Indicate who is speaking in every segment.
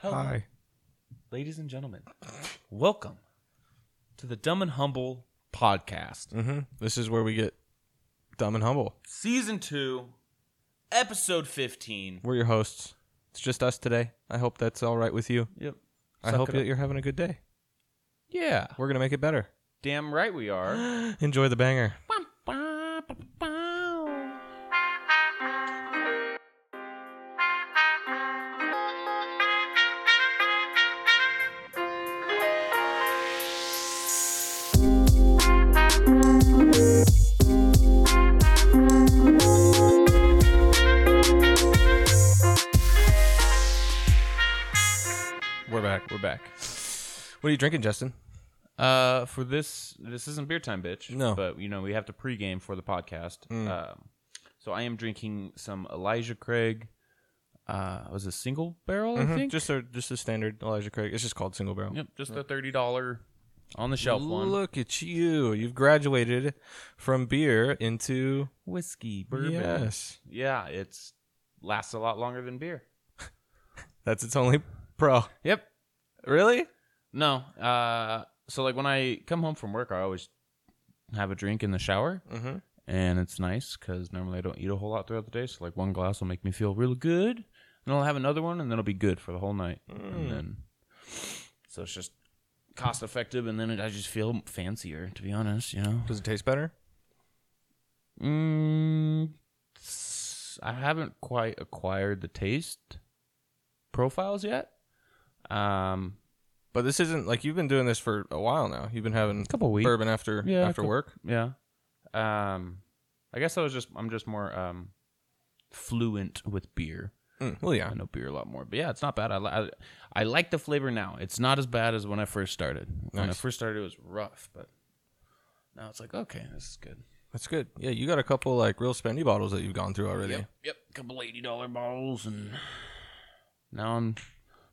Speaker 1: Hello,
Speaker 2: Hi.
Speaker 1: ladies and gentlemen. Welcome to the Dumb and Humble podcast,
Speaker 2: Mm-hmm. This is where we get dumb and humble.
Speaker 1: season two, episode 15.
Speaker 2: We're your hosts. It's just us today. I hope that's all right with you.
Speaker 1: Yep.
Speaker 2: I
Speaker 1: Suck
Speaker 2: hope
Speaker 1: it
Speaker 2: that
Speaker 1: up.
Speaker 2: you're having a good day. Yeah, we're gonna make it better.
Speaker 1: Damn right we are.
Speaker 2: Enjoy the banger. We're back. We're back. What are you drinking, Justin?
Speaker 1: Uh, for this, this isn't beer time, bitch.
Speaker 2: No. Mm.
Speaker 1: but you know we have to pregame for the podcast. Um, so I am drinking some Elijah Craig. Uh, was a single barrel, I think.
Speaker 2: Mm-hmm. Just a just a standard Elijah Craig. It's just called single barrel.
Speaker 1: yep, just the thirty dollar on the shelf one.
Speaker 2: Look at you. You've graduated from beer into
Speaker 1: Whiskey
Speaker 2: Yes.
Speaker 1: Yeah, it's lasts a lot longer than beer.
Speaker 2: That's its only pro.
Speaker 1: Yep.
Speaker 2: Really?
Speaker 1: No. Uh, so like when I come home from work, I always have a drink in the shower,
Speaker 2: Mhm.
Speaker 1: and it's nice because normally I don't eat a whole lot throughout the day. So like one glass will make me feel real good, and I'll have another one, and then it'll be good for the whole night.
Speaker 2: Hmm.
Speaker 1: And
Speaker 2: Mm.
Speaker 1: then, so it's just cost effective, and then it, I just feel fancier, to be honest. You know.
Speaker 2: Does it taste better?
Speaker 1: Mm, s- I haven't quite acquired the taste profiles yet. Um,
Speaker 2: But this isn't like you've been doing this for a while now. You've been having a
Speaker 1: couple weeks.
Speaker 2: bourbon after
Speaker 1: Yeah,
Speaker 2: after
Speaker 1: cou-
Speaker 2: work.
Speaker 1: Yeah. Um, I guess I was just I'm just more um fluent with beer.
Speaker 2: Mm, well, yeah.
Speaker 1: I know beer a lot more, but yeah, it's not bad. I, li- I I like the flavor now. It's not as bad as when I first started. When I
Speaker 2: Nice.
Speaker 1: first started, it was rough, but now it's like okay, this is good.
Speaker 2: That's good. Yeah, you got a couple like real spendy bottles that you've gone through already.
Speaker 1: Yep, yep, couple eighty dollar bottles, and now I'm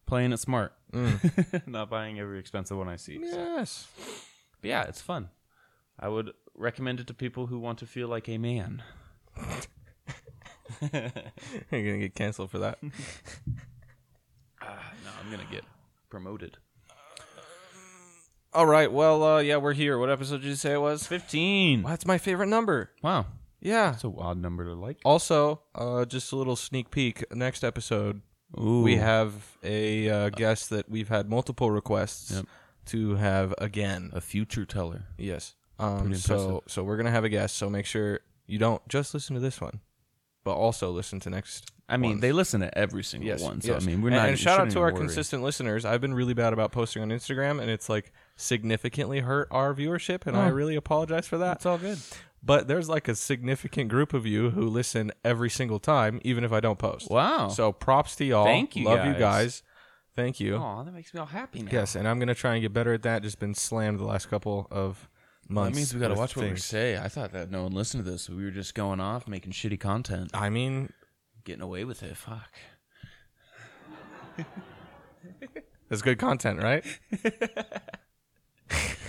Speaker 1: playing it smart, not buying every expensive one I see. so.
Speaker 2: Yes.
Speaker 1: But yeah, it's fun. I would recommend it to people who want to feel like a man.
Speaker 2: You're going to get canceled for that.
Speaker 1: No, I'm gonna get promoted.
Speaker 2: All right. Well, uh, yeah, we're here. What episode did you say it was?
Speaker 1: Fifteen.
Speaker 2: Wow, that's my favorite number.
Speaker 1: Wow,
Speaker 2: Yeah.
Speaker 1: that's a odd number to like.
Speaker 2: Also, uh, just a little sneak peek. Next episode,
Speaker 1: Ooh,
Speaker 2: we have a uh, guest that we've had multiple requests
Speaker 1: Yep.
Speaker 2: to have again.
Speaker 1: a future teller.
Speaker 2: Yes. Um,
Speaker 1: Pretty
Speaker 2: so so we're gonna have a guest. So make sure you don't just listen to this one, but also listen to next.
Speaker 1: I mean,
Speaker 2: ones.
Speaker 1: they listen to every single
Speaker 2: yes.
Speaker 1: one. So
Speaker 2: yes.
Speaker 1: I mean, we're
Speaker 2: And-
Speaker 1: not.
Speaker 2: And
Speaker 1: you
Speaker 2: shout out
Speaker 1: shouldn't
Speaker 2: to
Speaker 1: even
Speaker 2: our
Speaker 1: worry.
Speaker 2: consistent listeners. I've been really bad about posting on Instagram, and it's like significantly hurt our viewership, and I
Speaker 1: Oh.
Speaker 2: really apologize for that.
Speaker 1: It's all good.
Speaker 2: But there's like a significant group of you who listen every single time, even if I don't post.
Speaker 1: Wow.
Speaker 2: So props to y'all.
Speaker 1: Oh. Thank you,
Speaker 2: Love
Speaker 1: guys.
Speaker 2: you
Speaker 1: Oh,
Speaker 2: guys. Thank you.
Speaker 1: Aw, that makes me all happy now.
Speaker 2: Yes, and I'm gonna try and get better at that. Just been slammed the last couple of months.
Speaker 1: That means we got to
Speaker 2: with
Speaker 1: watch what we
Speaker 2: things.
Speaker 1: say. I thought that no one listened to this. We were just going off making shitty content,
Speaker 2: I mean,
Speaker 1: getting away with it. Fuck.
Speaker 2: That's good content, right?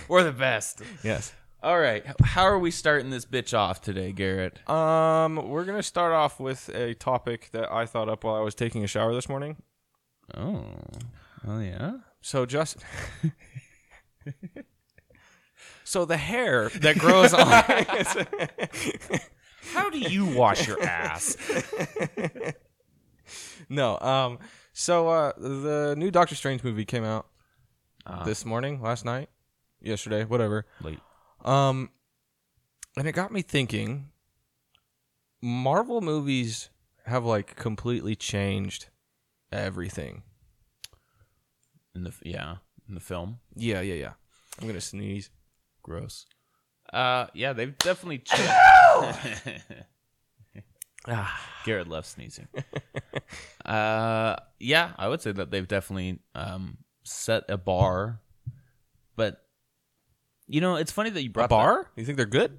Speaker 1: We're the best.
Speaker 2: yes.
Speaker 1: All right. h- How are we starting this bitch off today, Garrett?
Speaker 2: Um, we're gonna start off with a topic that I thought up while I was taking a shower this morning.
Speaker 1: Oh. Oh yeah.
Speaker 2: So just So the hair that grows on
Speaker 1: How do you wash your ass?
Speaker 2: No, um so uh the new Doctor Strange movie came out
Speaker 1: Ah.
Speaker 2: this morning, last night, yesterday, whatever.
Speaker 1: Late.
Speaker 2: Um, and it got me thinking. Marvel movies have like completely changed everything.
Speaker 1: In the f- yeah, in the film.
Speaker 2: Yeah, yeah, yeah. I'm gonna sneeze.
Speaker 1: Gross. Uh, yeah, they've definitely. changed. Garrett left sneezing. uh, yeah, I would say that they've definitely um set a bar, but you know, it's funny that you brought
Speaker 2: A bar? You think they're good?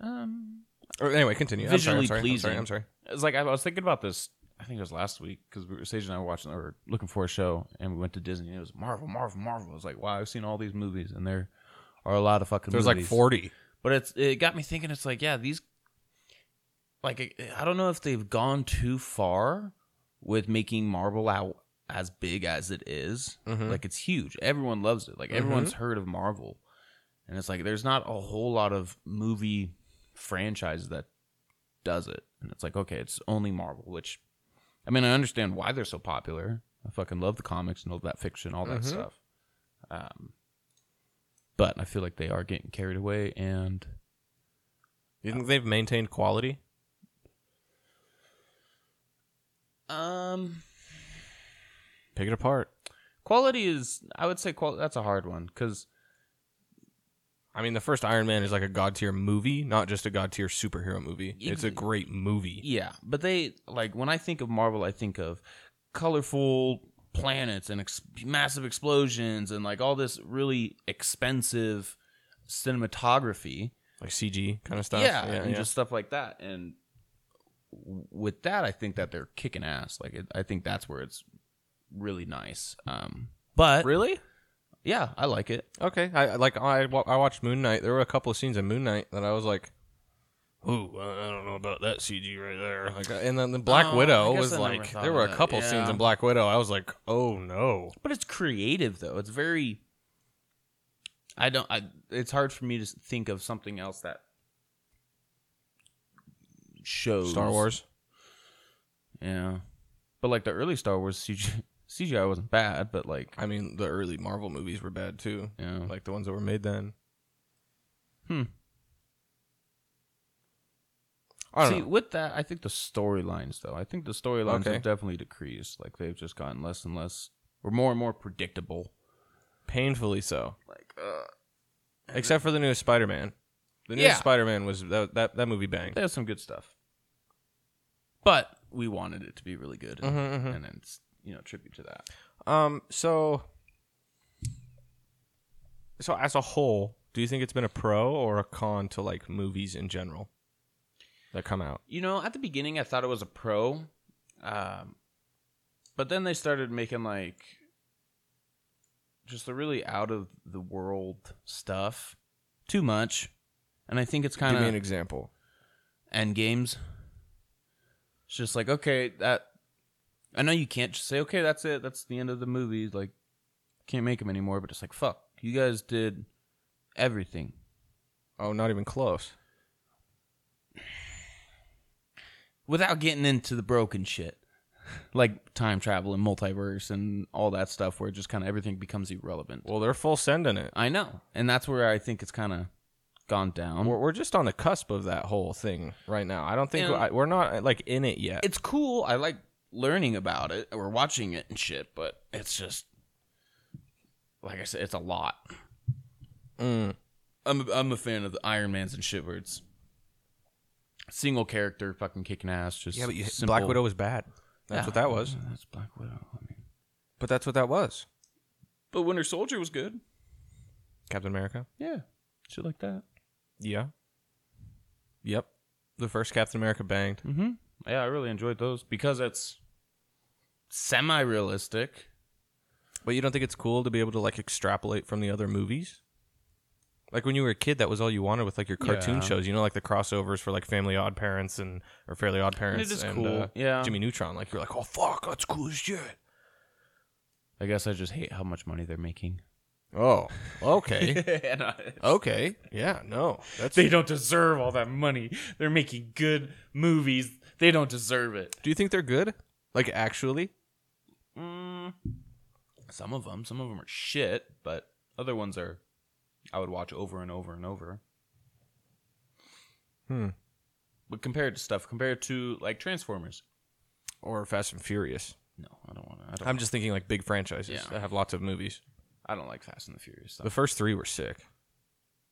Speaker 1: that- um,
Speaker 2: Or anyway, continue.
Speaker 1: Visually
Speaker 2: I'm sorry, I'm sorry,
Speaker 1: pleasing.
Speaker 2: I'm sorry.
Speaker 1: It's like I was thinking about this. I think it was last week because we were, Sage and I were watching or looking for a show, and we went to Disney. and It was Marvel, Marvel, Marvel. I was like, wow, I've seen all these movies, and there are a lot of fucking.
Speaker 2: There's like
Speaker 1: movies.
Speaker 2: 40.
Speaker 1: but it's it got me thinking. It's like, yeah, these. Like I- I don't know if they've gone too far with making Marvel out as big as it is,
Speaker 2: Mm-hmm.
Speaker 1: like it's huge. Everyone loves it. Like everyone's heard of Marvel, and it's like there's not a whole lot of movie franchises that does it. And it's like okay, it's only Marvel. Which, I mean, I understand why they're so popular. I fucking love the comics and all that fiction, all that stuff. Um, but I feel like they are getting carried away, and
Speaker 2: You think they've maintained quality?
Speaker 1: um,
Speaker 2: Pick it apart.
Speaker 1: quality is i would say qual- that's a hard one because
Speaker 2: I mean, the first Iron Man is like a god tier movie, not just a god tier superhero movie. It's a great movie.
Speaker 1: yeah but they like when i think of marvel i think of colorful planets and ex- massive explosions and like all this really expensive cinematography
Speaker 2: Like CG kind of stuff.
Speaker 1: yeah, and just stuff like that and w- with that i think that they're kicking ass like it, i think that's where it's really nice um but
Speaker 2: really?
Speaker 1: yeah i like it
Speaker 2: Okay, I I- like I wa- I watched Moon Knight. There were a couple of scenes in Moon Knight that I was like, "Ooh, I I don't know about that CG right there." Like, uh, and then the Black
Speaker 1: Oh, I
Speaker 2: Widow
Speaker 1: guess
Speaker 2: was
Speaker 1: I never
Speaker 2: like,
Speaker 1: thought
Speaker 2: there
Speaker 1: of
Speaker 2: were a
Speaker 1: that,
Speaker 2: couple
Speaker 1: yeah.
Speaker 2: scenes in Black Widow. I was like, "Oh no!"
Speaker 1: But it's creative though. It's very I don't I it's hard for me to s- think of something else that shows
Speaker 2: Star Wars.
Speaker 1: Yeah. But like the early Star Wars CG, CGI wasn't bad, but like
Speaker 2: I mean, the early Marvel movies were bad too,
Speaker 1: you know,
Speaker 2: like the ones that were made then.
Speaker 1: Hmm.
Speaker 2: I don't
Speaker 1: See,
Speaker 2: know.
Speaker 1: with that, I think the storylines though. I think the storylines
Speaker 2: Okay.
Speaker 1: have definitely decreased. Like they've just gotten less and less or more and more predictable.
Speaker 2: Painfully so.
Speaker 1: Like uh
Speaker 2: Except for the newest Spider Man. The newest
Speaker 1: Yeah.
Speaker 2: Spider Man was that, that that movie banged.
Speaker 1: there's some good stuff. But we wanted it to be really good and,
Speaker 2: Mhm, mhm.
Speaker 1: and then it's you know, tribute to that.
Speaker 2: Um. So. So as a whole, do you think it's been a pro or a con to like movies in general that come out?
Speaker 1: You know, at the beginning, I thought it was a pro, um, but then they started making like just the really out of the world stuff too much, and I think it's kind
Speaker 2: Give me an
Speaker 1: of
Speaker 2: example.
Speaker 1: end games. It's just like okay, that I know you can't just say okay, that's it, that's the end of the movie. Like, can't make them anymore. But it's like fuck, you guys did everything.
Speaker 2: Oh, not even close.
Speaker 1: without getting into the broken shit like time travel and multiverse and all that stuff where just kind of everything becomes irrelevant
Speaker 2: Well, they're full send in it.
Speaker 1: i know and that's where i think it's kind of gone down
Speaker 2: We're, we're just on the cusp of that whole thing right now. I don't think
Speaker 1: Yeah.
Speaker 2: I, we're not like in it yet.
Speaker 1: it's cool i like learning about it or watching it and shit but it's just like i said it's a lot
Speaker 2: Mm.
Speaker 1: i'm a, I'm a fan of the iron mans and shit where it's single character fucking kicking ass just simple-
Speaker 2: Black Widow was bad. That's
Speaker 1: Yeah,
Speaker 2: what that was.
Speaker 1: that's black widow I mean.
Speaker 2: But that's what that was.
Speaker 1: but winter soldier was good
Speaker 2: Captain America.
Speaker 1: yeah shit like that
Speaker 2: Yeah. Yep. The first Captain America banged.
Speaker 1: Mm-hmm. Yeah, I really enjoyed those because it's semi-realistic.
Speaker 2: But you don't think it's cool to be able to like extrapolate from the other movies? Like when you were a kid, that was all you wanted with like your cartoon
Speaker 1: Yeah.
Speaker 2: shows. You know, like the crossovers for like Family Odd Parents and or Fairly Odd Parents.
Speaker 1: is
Speaker 2: and,
Speaker 1: cool,
Speaker 2: uh,
Speaker 1: yeah.
Speaker 2: Jimmy Neutron. Like you're like, oh fuck, that's cool as shit.
Speaker 1: I guess I just hate how much money they're making.
Speaker 2: Oh, okay,
Speaker 1: And I-
Speaker 2: okay, yeah, no, that's.
Speaker 1: they don't deserve all that money. They're making good movies. They don't deserve it.
Speaker 2: Do you think they're good? Like actually,
Speaker 1: Mm. Some of them, some of them are shit, but other ones are. I would watch over and over and over.
Speaker 2: Hmm.
Speaker 1: But compared to stuff, compared to like Transformers,
Speaker 2: or Fast and Furious?
Speaker 1: no, I don't want to. I
Speaker 2: I'm
Speaker 1: don't.
Speaker 2: just thinking like big franchises
Speaker 1: Yeah.
Speaker 2: that have lots of movies.
Speaker 1: I don't like Fast and the Furious. Stuff.
Speaker 2: The first three were sick.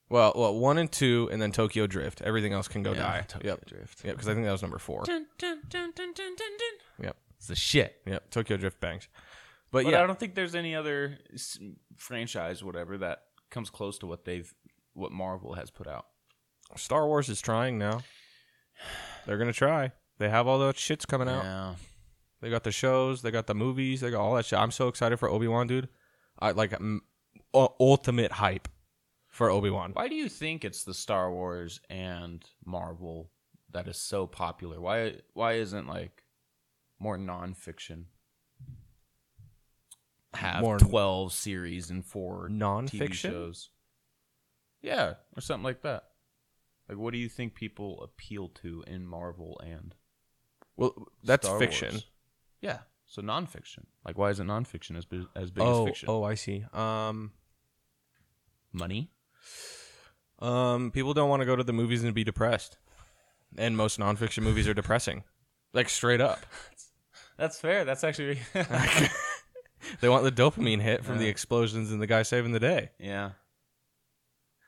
Speaker 2: Well, well, one and two, and then Tokyo Drift. Everything else can go
Speaker 1: Yeah,
Speaker 2: die.
Speaker 1: Tokyo
Speaker 2: yep.
Speaker 1: Drift.
Speaker 2: Yep, because I think that was number four. Yep.
Speaker 1: It's the shit.
Speaker 2: Yep. Tokyo Drift bangs. But,
Speaker 1: But
Speaker 2: yeah,
Speaker 1: I don't think there's any other s- franchise, whatever, that comes close to what they've, what Marvel has put out.
Speaker 2: Star Wars is trying now. They're gonna try. They have all the shits coming out.
Speaker 1: Yeah.
Speaker 2: They got the shows. They got the movies. They got all that shit. I'm so excited for Obi Wan, dude. I like m- u- ultimate hype for Obi Wan.
Speaker 1: Why do you think it's the Star Wars and Marvel that is so popular? Why, why isn't like more nonfiction? have
Speaker 2: More-
Speaker 1: twelve series and four TV
Speaker 2: Nonfiction?
Speaker 1: shows. Yeah, or something like that. Like, what do you think people appeal to in Marvel and
Speaker 2: Well, that's
Speaker 1: Star
Speaker 2: fiction.
Speaker 1: Wars? Yeah, so nonfiction. Like, why isn't nonfiction as big, as big as
Speaker 2: Oh,
Speaker 1: fiction?
Speaker 2: oh, I see. Um,
Speaker 1: Money.
Speaker 2: um, people don't want to go to the movies and be depressed, and most nonfiction movies are depressing, like straight up.
Speaker 1: That's fair. That's actually
Speaker 2: They want the dopamine hit from the
Speaker 1: Yeah.
Speaker 2: explosions and the guy saving the day,
Speaker 1: yeah.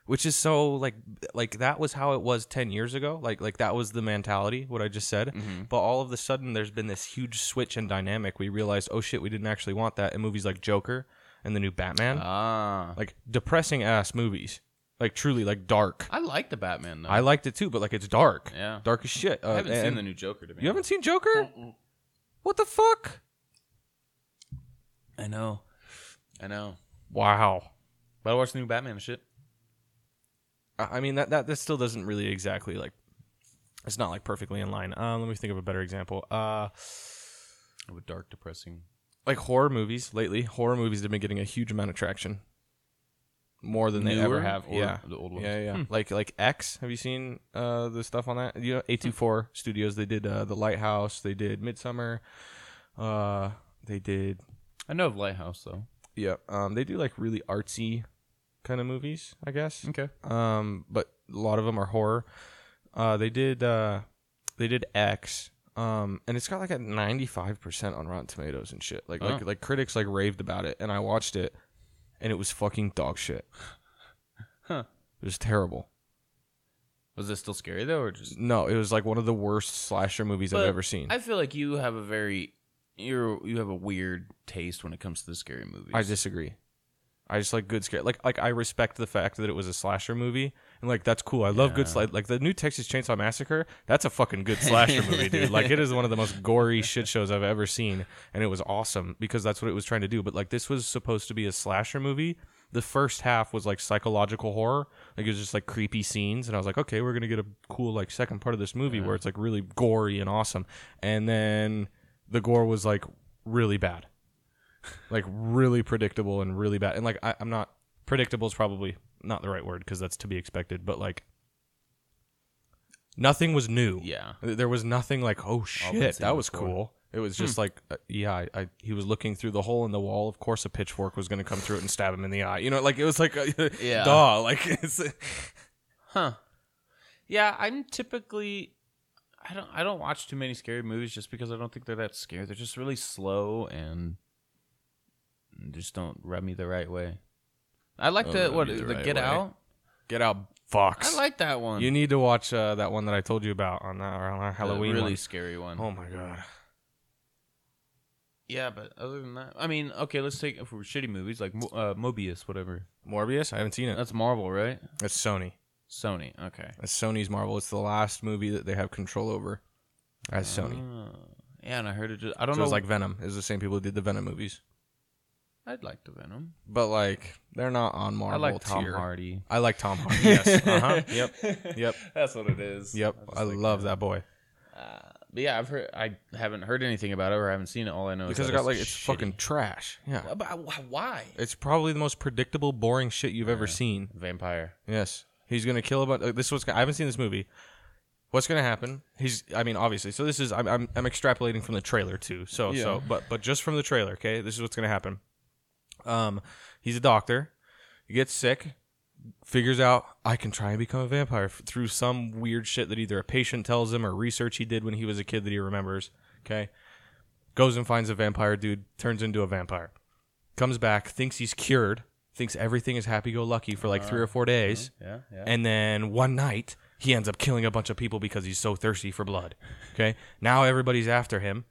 Speaker 2: which is so like like that was how it was ten years ago. Like like that was the mentality. What I just said.
Speaker 1: Mm-hmm.
Speaker 2: But all of a sudden, there's been this huge switch in dynamic. We realized, oh shit, we didn't actually want that. And movies like Joker and the new Batman,
Speaker 1: Ah,
Speaker 2: like depressing ass movies, like truly like dark.
Speaker 1: I like the Batman though.
Speaker 2: I liked it too, but like it's dark,
Speaker 1: yeah.
Speaker 2: dark as shit. Uh,
Speaker 1: I haven't seen
Speaker 2: and-
Speaker 1: the new Joker. To be
Speaker 2: You haven't seen Joker?
Speaker 1: honest.
Speaker 2: What the fuck?
Speaker 1: I know. I know.
Speaker 2: Wow.
Speaker 1: But I watched the new Batman and shit.
Speaker 2: I I mean that that this still doesn't really exactly like. It's not like perfectly in line. Um, let me think of a better example. Uh,
Speaker 1: Of a dark, depressing.
Speaker 2: like horror movies lately. Horror movies have been getting a huge amount of traction, more than they ever
Speaker 1: Newer
Speaker 2: have.
Speaker 1: or Hmm.
Speaker 2: yeah,
Speaker 1: the old ones?
Speaker 2: Yeah, yeah. Like like X. Have you seen uh the stuff on that? You know, eight two
Speaker 1: Hmm.
Speaker 2: four Studios. They did uh, the Lighthouse. They did Midsummer. Uh, they did
Speaker 1: I know of Lighthouse though.
Speaker 2: yeah. Um, they do like really artsy kind of movies, I guess.
Speaker 1: Okay.
Speaker 2: um, but a lot of them are horror. Uh, they did uh, they did X, um, and it's got like a ninety five percent on Rotten Tomatoes and shit. Like like
Speaker 1: Oh.
Speaker 2: like critics like raved about it, and I watched it, and it was fucking dog shit.
Speaker 1: Huh.
Speaker 2: It was terrible.
Speaker 1: Was it still scary though, or just?
Speaker 2: No, it was like one of the worst slasher movies I've
Speaker 1: But
Speaker 2: ever seen. I,
Speaker 1: I feel like you have a very you you have a weird taste when it comes to the scary movies.
Speaker 2: disagree. I just like good scare. Like like I respect the fact that it was a slasher movie, and like that's cool. I love good
Speaker 1: Yeah.
Speaker 2: slasher. Like the new Texas Chainsaw Massacre, that's a fucking good slasher movie, dude. Like it is one of the most gory shit shows I've ever seen, and it was awesome because that's what it was trying to do. But like this was supposed to be a slasher movie. The first half was like psychological horror, like it was just like creepy scenes, and I was like, okay, we're gonna get a cool like second part of this movie where it's like really gory and awesome, and then the gore was like really bad like really predictable and really bad. And like I, I'm not predictable is probably not the right word because that's to be expected. But like nothing was new.
Speaker 1: Yeah.
Speaker 2: Th- there was nothing like oh shit
Speaker 1: seen
Speaker 2: that was
Speaker 1: before.
Speaker 2: cool. It was just like uh, yeah, I, I he was looking through the hole in the wall. Of course, a pitchfork was going to come through it and stab him in the eye. You know, like it was like a,
Speaker 1: Yeah.
Speaker 2: duh, like it's,
Speaker 1: Huh. Yeah, I'm typically I don't I don't watch too many scary movies just because I don't think they're that scary. They're just really slow and just don't rub me the right way. I like
Speaker 2: Don't
Speaker 1: the
Speaker 2: Oh, rub
Speaker 1: what
Speaker 2: you the
Speaker 1: the,
Speaker 2: right
Speaker 1: Get
Speaker 2: way.
Speaker 1: Out.
Speaker 2: get out, fox.
Speaker 1: I like that one.
Speaker 2: you need to watch uh, that one that I told you about on that around our
Speaker 1: The
Speaker 2: Halloween.
Speaker 1: really
Speaker 2: one.
Speaker 1: scary one.
Speaker 2: Oh my god.
Speaker 1: Yeah, but other than that, I mean, okay, let's take if we're shitty movies like Mo- uh, Mobius, whatever.
Speaker 2: Morbius? I haven't seen it.
Speaker 1: That's Marvel, right?
Speaker 2: That's Sony.
Speaker 1: Sony. Okay.
Speaker 2: That's Sony's Marvel. It's the last movie that they have control over as Sony.
Speaker 1: Uh, yeah, and I heard it. Just, I don't
Speaker 2: So
Speaker 1: know.
Speaker 2: it's like Venom. It's the same people who did the Venom movies.
Speaker 1: I'd like the Venom.
Speaker 2: But like they're not on Marvel
Speaker 1: I like Tom
Speaker 2: tier.
Speaker 1: Hardy.
Speaker 2: I like Tom Hardy. Yes. uh-huh. Yep. Yep.
Speaker 1: That's what it is.
Speaker 2: Yep.
Speaker 1: just
Speaker 2: I
Speaker 1: like
Speaker 2: love that boy.
Speaker 1: Uh, But yeah, I've heard. I haven't heard anything about it, or I haven't seen it. All I know
Speaker 2: Because
Speaker 1: is
Speaker 2: it
Speaker 1: that
Speaker 2: got like it's
Speaker 1: shitty.
Speaker 2: fucking trash. Yeah.
Speaker 1: Uh, But wh- why?
Speaker 2: It's probably the most predictable, boring shit you've ever seen.
Speaker 1: Vampire. is
Speaker 2: Yes, he's gonna kill a bunch. uh, This is what's I haven't seen this movie. What's gonna happen? He's I mean obviously. So this is I'm I'm, I'm extrapolating from the trailer too. So
Speaker 1: Yeah.
Speaker 2: so but but just from the trailer, okay? This is what's gonna happen. Um, he's a doctor. He gets sick. Figures out I can try and become a vampire f- through some weird shit that either a patient tells him or research he did when he was a kid that he remembers. Okay, goes and finds a vampire dude, turns into a vampire comes back, thinks he's cured, thinks everything is happy go lucky for like three or four days,
Speaker 1: Yeah, yeah.
Speaker 2: and then one night he ends up killing a bunch of people because he's so thirsty for blood. Okay, now everybody's after him,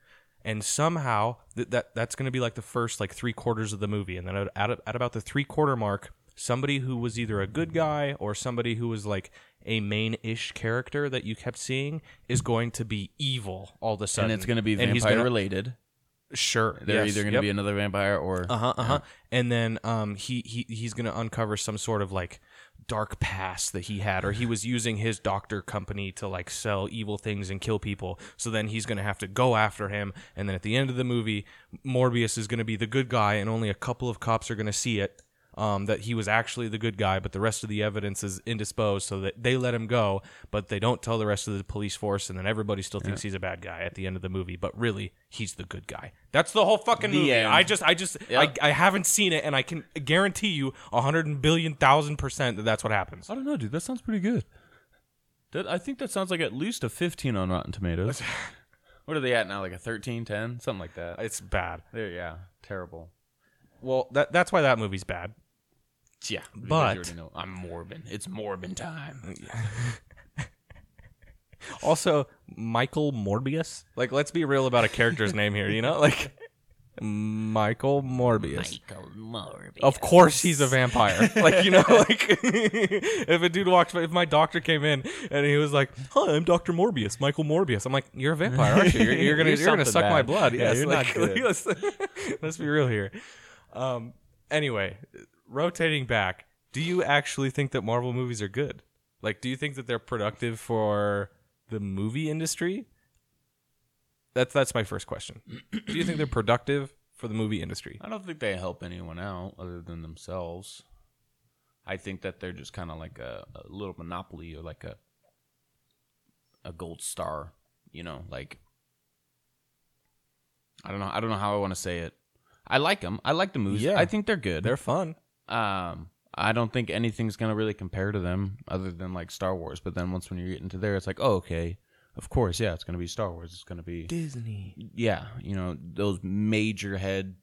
Speaker 2: and somehow th- that that's going to be like the first like three quarters of the movie, and then at, at, at about the three quarter mark, somebody who was either a good guy or somebody who was like a main-ish character that you kept seeing is going to be evil all of a sudden
Speaker 1: And it's gonna be
Speaker 2: he's
Speaker 1: vampire
Speaker 2: gonna-
Speaker 1: related.
Speaker 2: Sure.
Speaker 1: They're
Speaker 2: yes,
Speaker 1: either going to
Speaker 2: yep.
Speaker 1: be another vampire or
Speaker 2: Uh huh. Uh huh. And then um, he he he's gonna uncover some sort of like dark past that he had, or he was using his doctor company to like sell evil things and kill people. So then he's gonna have to go after him. And then at the end of the movie, Morbius is gonna be the good guy, and only a couple of cops are gonna see it. Um, that he was actually the good guy, but the rest of the evidence is indisposed, so that they let him go, but they don't tell the rest of the police force, and then everybody still thinks he's a bad guy at the end of the movie, but really he's the good guy. That's the whole fucking
Speaker 1: The
Speaker 2: movie.
Speaker 1: end.
Speaker 2: I just, I just,
Speaker 1: Yep.
Speaker 2: I, I haven't seen it, and I can guarantee you a hundred and billion thousand percent that that's what happens.
Speaker 1: I don't know, dude. That sounds pretty good. That, I think that sounds like at least a 15 on Rotten Tomatoes. what are they at now? Like a 13, 10? Something like that.
Speaker 2: It's bad.
Speaker 1: There, yeah. Terrible.
Speaker 2: Well, that that's why that movie's bad.
Speaker 1: Yeah.
Speaker 2: But-
Speaker 1: I'm Morbin. It's Morbin time.
Speaker 2: Also, Michael Morbius. Like, let's be real about a character's name here. You know, like Michael Morbius. Of course, he's a vampire. Like you know, like if a dude walked, by, if my doctor came in and he was like, "Hi, I'm Doctor Morbius, Michael Morbius," I'm like, "You're a vampire, aren't you? You're, you're gonna,
Speaker 1: You're
Speaker 2: you're,
Speaker 1: something
Speaker 2: gonna suck my
Speaker 1: bad.
Speaker 2: blood."
Speaker 1: Yeah,
Speaker 2: yes,
Speaker 1: you're
Speaker 2: like,
Speaker 1: not good.
Speaker 2: Let's, let's be real here. Um, anyway, rotating back, do you actually think that Marvel movies are good? Like, do you think that they're productive for the movie industry? That's that's my first question. do you think they're productive for the movie industry?
Speaker 1: I don't think they help anyone out other than themselves. I think that they're just kind of like a, a little monopoly or like a a gold star, you know, like I don't know, I don't know how I want to say it. I like them. I like the movies.
Speaker 2: Yeah.
Speaker 1: I think they're good.
Speaker 2: They're fun.
Speaker 1: um I don't think anything's going to really compare to them other than like Star Wars, but then once when you get into there it's like, "Oh, okay. Of course, yeah, it's going to be Star Wars. It's going to be
Speaker 2: Disney.
Speaker 1: yeah, you know, those major head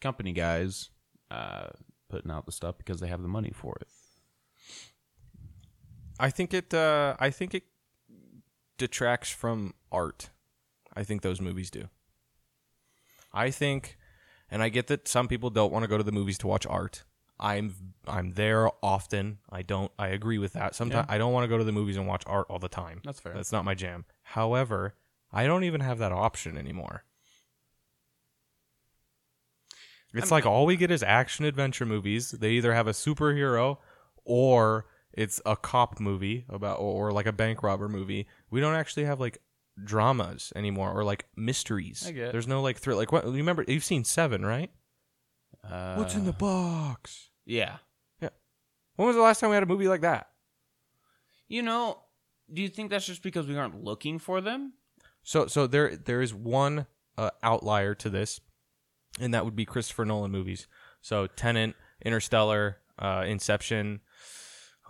Speaker 1: company guys uh, putting out the stuff because they have the money for it.
Speaker 2: I think it. Uh, I think it detracts from art. I think those movies do. I think, and I get that some people don't want to go to the movies to watch art. I'm I'm there often. I don't. I agree with that. Sometimes I don't want to go to the movies and watch art all the time.
Speaker 1: That's fair.
Speaker 2: That's not my jam. However, I don't even have that option anymore. It's like all we get is action adventure movies. They either have a superhero or it's a cop movie about or, or like a bank robber movie. We don't actually have like dramas anymore or like mysteries.
Speaker 1: I get it.
Speaker 2: There's no like thrill. Like what you remember? You've seen Seven, right?
Speaker 1: Uh,
Speaker 2: What's in the box?
Speaker 1: yeah?
Speaker 2: When was the last time we had a movie like that?
Speaker 1: You know, do you think that's just because we aren't looking for them?
Speaker 2: So so there there is one uh, outlier to this, and that would be Christopher Nolan movies. So Tenant, Interstellar, uh, Inception.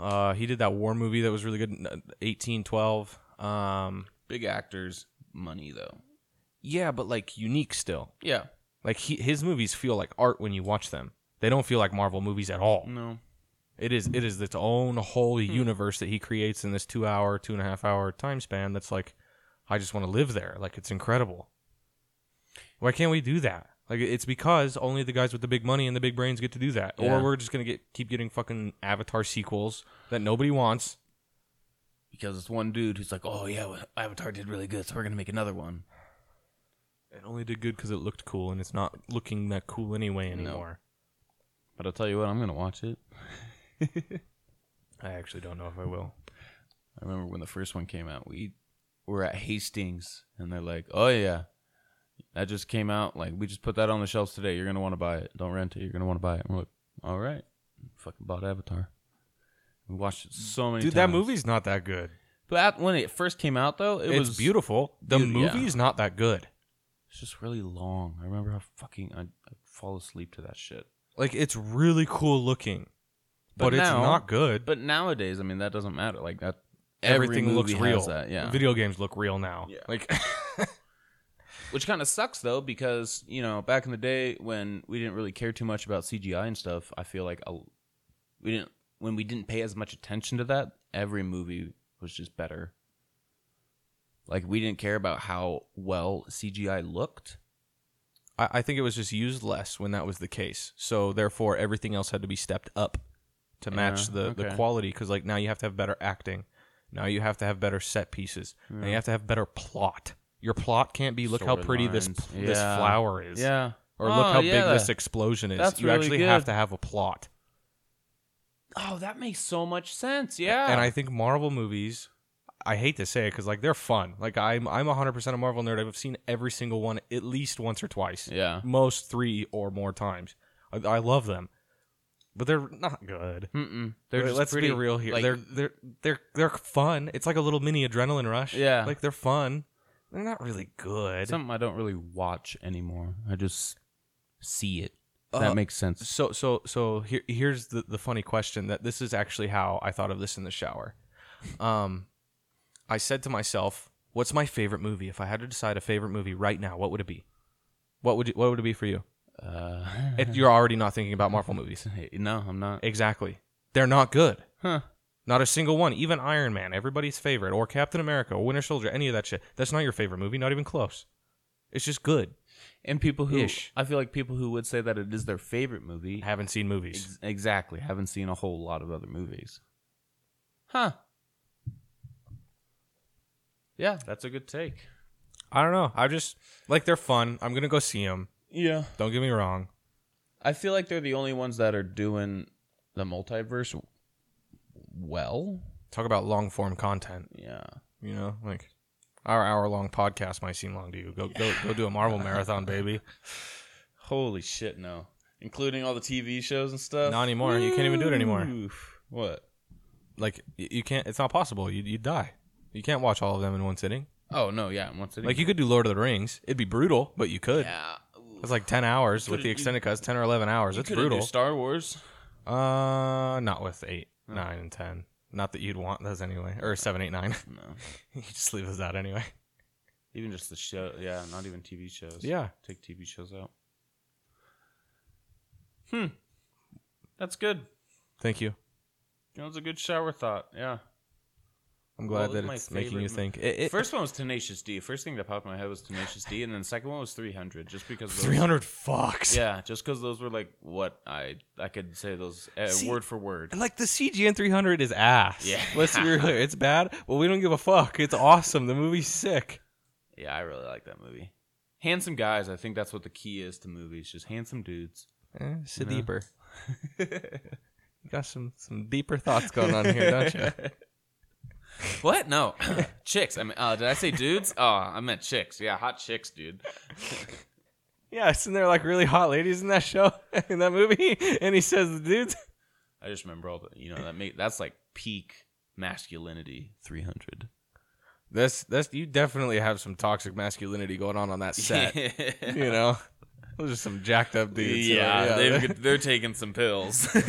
Speaker 2: Uh, he did that war movie that was really good, eighteen twelve. Um,
Speaker 1: Big actors, money though.
Speaker 2: yeah, but like unique still.
Speaker 1: Yeah.
Speaker 2: Like he, his movies feel like art when you watch them. They don't feel like Marvel movies at all.
Speaker 1: No.
Speaker 2: It is it is its own whole
Speaker 1: Hmm.
Speaker 2: universe that he creates in this two hour, two and a half hour time span. That's like, I just want to live there. Like it's incredible. Why can't we do that? Like it's because only the guys with the big money and the big brains get to do that,
Speaker 1: Yeah.
Speaker 2: or we're just gonna get keep getting fucking Avatar sequels that nobody wants.
Speaker 1: Because it's one dude who's like, "Oh yeah, well, Avatar did really good, so we're gonna make another one."
Speaker 2: It only did good because it looked cool, and it's not looking that cool anyway anymore.
Speaker 1: But I'll tell you what, I'm gonna watch it.
Speaker 2: I actually don't know if I will.
Speaker 1: I remember when the first one came out, we were at Hastings and they're like, oh, yeah, that just came out. Like, we just put that on the shelves today. You're going to want to buy it. Don't rent it. You're going to want to buy it. And we're like, all right. Fucking bought Avatar. We watched it so many
Speaker 2: Dude,
Speaker 1: times.
Speaker 2: that movie's not that good.
Speaker 1: But at, when it first came out, though, it
Speaker 2: it's
Speaker 1: was
Speaker 2: beautiful. The
Speaker 1: beaut- yeah.
Speaker 2: movie's not that good.
Speaker 1: It's just really long. I remember how fucking I, I fall asleep to that shit.
Speaker 2: Like it's really cool looking,
Speaker 1: But
Speaker 2: but,
Speaker 1: now-
Speaker 2: it's not good.
Speaker 1: But nowadays, I mean, that doesn't matter. Like, that. every
Speaker 2: Everything looks
Speaker 1: movie has
Speaker 2: real.
Speaker 1: That, yeah.
Speaker 2: Video games look real now.
Speaker 1: Yeah.
Speaker 2: Like
Speaker 1: Which kind of sucks though, because you know, back in the day when we didn't really care too much about CGI and stuff, I feel like a, we didn't when we didn't pay as much attention to that. Every movie was just better. Like we didn't care about how well CGI looked.
Speaker 2: I, I think it was just used less when that was the case. So therefore everything else had to be stepped up to match
Speaker 1: Yeah,
Speaker 2: the, the
Speaker 1: okay.
Speaker 2: quality because like now you have to have better acting. Now you have to have better set pieces. Now you have to have better plot. Your plot can't be look how pretty this
Speaker 1: Storylines.
Speaker 2: this
Speaker 1: Yeah.
Speaker 2: flower is,
Speaker 1: Yeah.
Speaker 2: or look
Speaker 1: Oh,
Speaker 2: how
Speaker 1: yeah.
Speaker 2: big this explosion is.
Speaker 1: That's
Speaker 2: you
Speaker 1: really
Speaker 2: actually have
Speaker 1: good.
Speaker 2: to have a plot.
Speaker 1: Oh, that makes so much sense. Yeah.
Speaker 2: And I think Marvel movies, I hate to say it because like they're fun. Like I'm I'm 100% a Marvel nerd. I've seen every single one at least once or twice,
Speaker 1: yeah.
Speaker 2: most three or more times. I, I love them, but they're not good.
Speaker 1: Mm-mm. They're
Speaker 2: Like,
Speaker 1: just
Speaker 2: let's
Speaker 1: pretty,
Speaker 2: be real here.
Speaker 1: like-
Speaker 2: they're they're they're they're fun. It's like a little mini adrenaline rush.
Speaker 1: Yeah.
Speaker 2: like they're fun. They're not really good.
Speaker 1: Something I don't really watch anymore. I just see it. If
Speaker 2: Uh,
Speaker 1: that makes sense.
Speaker 2: so so so here here's the the funny question that this is actually how I thought of this in the shower. Um, I said to myself, "What's my favorite movie? If I had to decide a favorite movie right now, what would it be? What would you, what would it be for you?
Speaker 1: Uh,
Speaker 2: If you're already not thinking about Marvel movies,
Speaker 1: no, I'm not.
Speaker 2: exactly. They're not good."
Speaker 1: Huh.
Speaker 2: Not a single one, even Iron Man, everybody's favorite, or Captain America, or Winter Soldier, any of that shit. That's not your favorite movie, not even close. It's just good.
Speaker 1: And people who
Speaker 2: Ish.
Speaker 1: I feel like people who would say that it is their favorite movie
Speaker 2: Haven't seen movies.
Speaker 1: ex- exactly haven't seen a whole lot of other movies. Huh. Yeah, that's a good take.
Speaker 2: I don't know. I just like they're fun. I'm gonna go see them.
Speaker 1: Yeah.
Speaker 2: Don't get me wrong.
Speaker 1: I feel like they're the only ones that are doing the multiverse well.
Speaker 2: Talk about long form content.
Speaker 1: Yeah.
Speaker 2: You know, like our hour long podcast might seem long to you. Go go go do a Marvel marathon, baby.
Speaker 1: Holy shit, no. Including all the TV shows and stuff.
Speaker 2: Not anymore. You can't even do it anymore.
Speaker 1: Oof. What?
Speaker 2: Like y- you can't. It's not possible. You you die. You can't watch all of them in one sitting.
Speaker 1: Oh no, yeah, in one sitting.
Speaker 2: Like you could do Lord of the Rings. It'd be brutal, but you could.
Speaker 1: yeah. Ooh.
Speaker 2: It's like ten hours with
Speaker 1: could've-
Speaker 2: the
Speaker 1: you-
Speaker 2: extended cuts, ten or eleven hours. It's
Speaker 1: Couldn't do
Speaker 2: brutal.
Speaker 1: Star Wars.
Speaker 2: Uh, not with eight, nine, and ten. Not that you'd want those anyway, or seven, eight, nine.
Speaker 1: No.
Speaker 2: you just leave those out anyway.
Speaker 1: Even just the show. Yeah, not even TV shows.
Speaker 2: Yeah.
Speaker 1: Take TV shows out. Hmm. That's good.
Speaker 2: Thank you.
Speaker 1: That was a good shower thought. Yeah.
Speaker 2: I'm glad
Speaker 1: Well,
Speaker 2: that
Speaker 1: my
Speaker 2: it's making
Speaker 1: favorite
Speaker 2: you
Speaker 1: mo-
Speaker 2: think. It, it,
Speaker 1: First one was Tenacious D. First thing that popped in my head was Tenacious D, and then the second one was 300, just because those-
Speaker 2: 300 fucks.
Speaker 1: Yeah, just because those were like what I I could say those uh,
Speaker 2: See-
Speaker 1: word for word.
Speaker 2: And like the CG in 300 is ass.
Speaker 1: Yeah.
Speaker 2: Let's be real. here. It's bad, but we don't give a fuck. It's awesome. The movie's sick.
Speaker 1: Yeah, I really like that movie. Handsome guys, I think that's what the key is to movies. Just handsome dudes.
Speaker 2: Eh, sit
Speaker 1: Yeah.
Speaker 2: deeper. You got some some deeper thoughts going on here, don't you?
Speaker 1: What? No, chicks. I mean, uh, did I say dudes? Oh, I meant chicks. Yeah, hot chicks, dude.
Speaker 2: Yeah, isn't there like really hot ladies in that show, in that movie? And he says, the dudes.
Speaker 1: I just remember all the you know that make that's like peak masculinity. Three hundred.
Speaker 2: That's that's you definitely have some toxic masculinity going on on that set. you know, those are some jacked up dudes. who are-
Speaker 1: yeah,
Speaker 2: yeah,
Speaker 1: They've, they're taking some pills.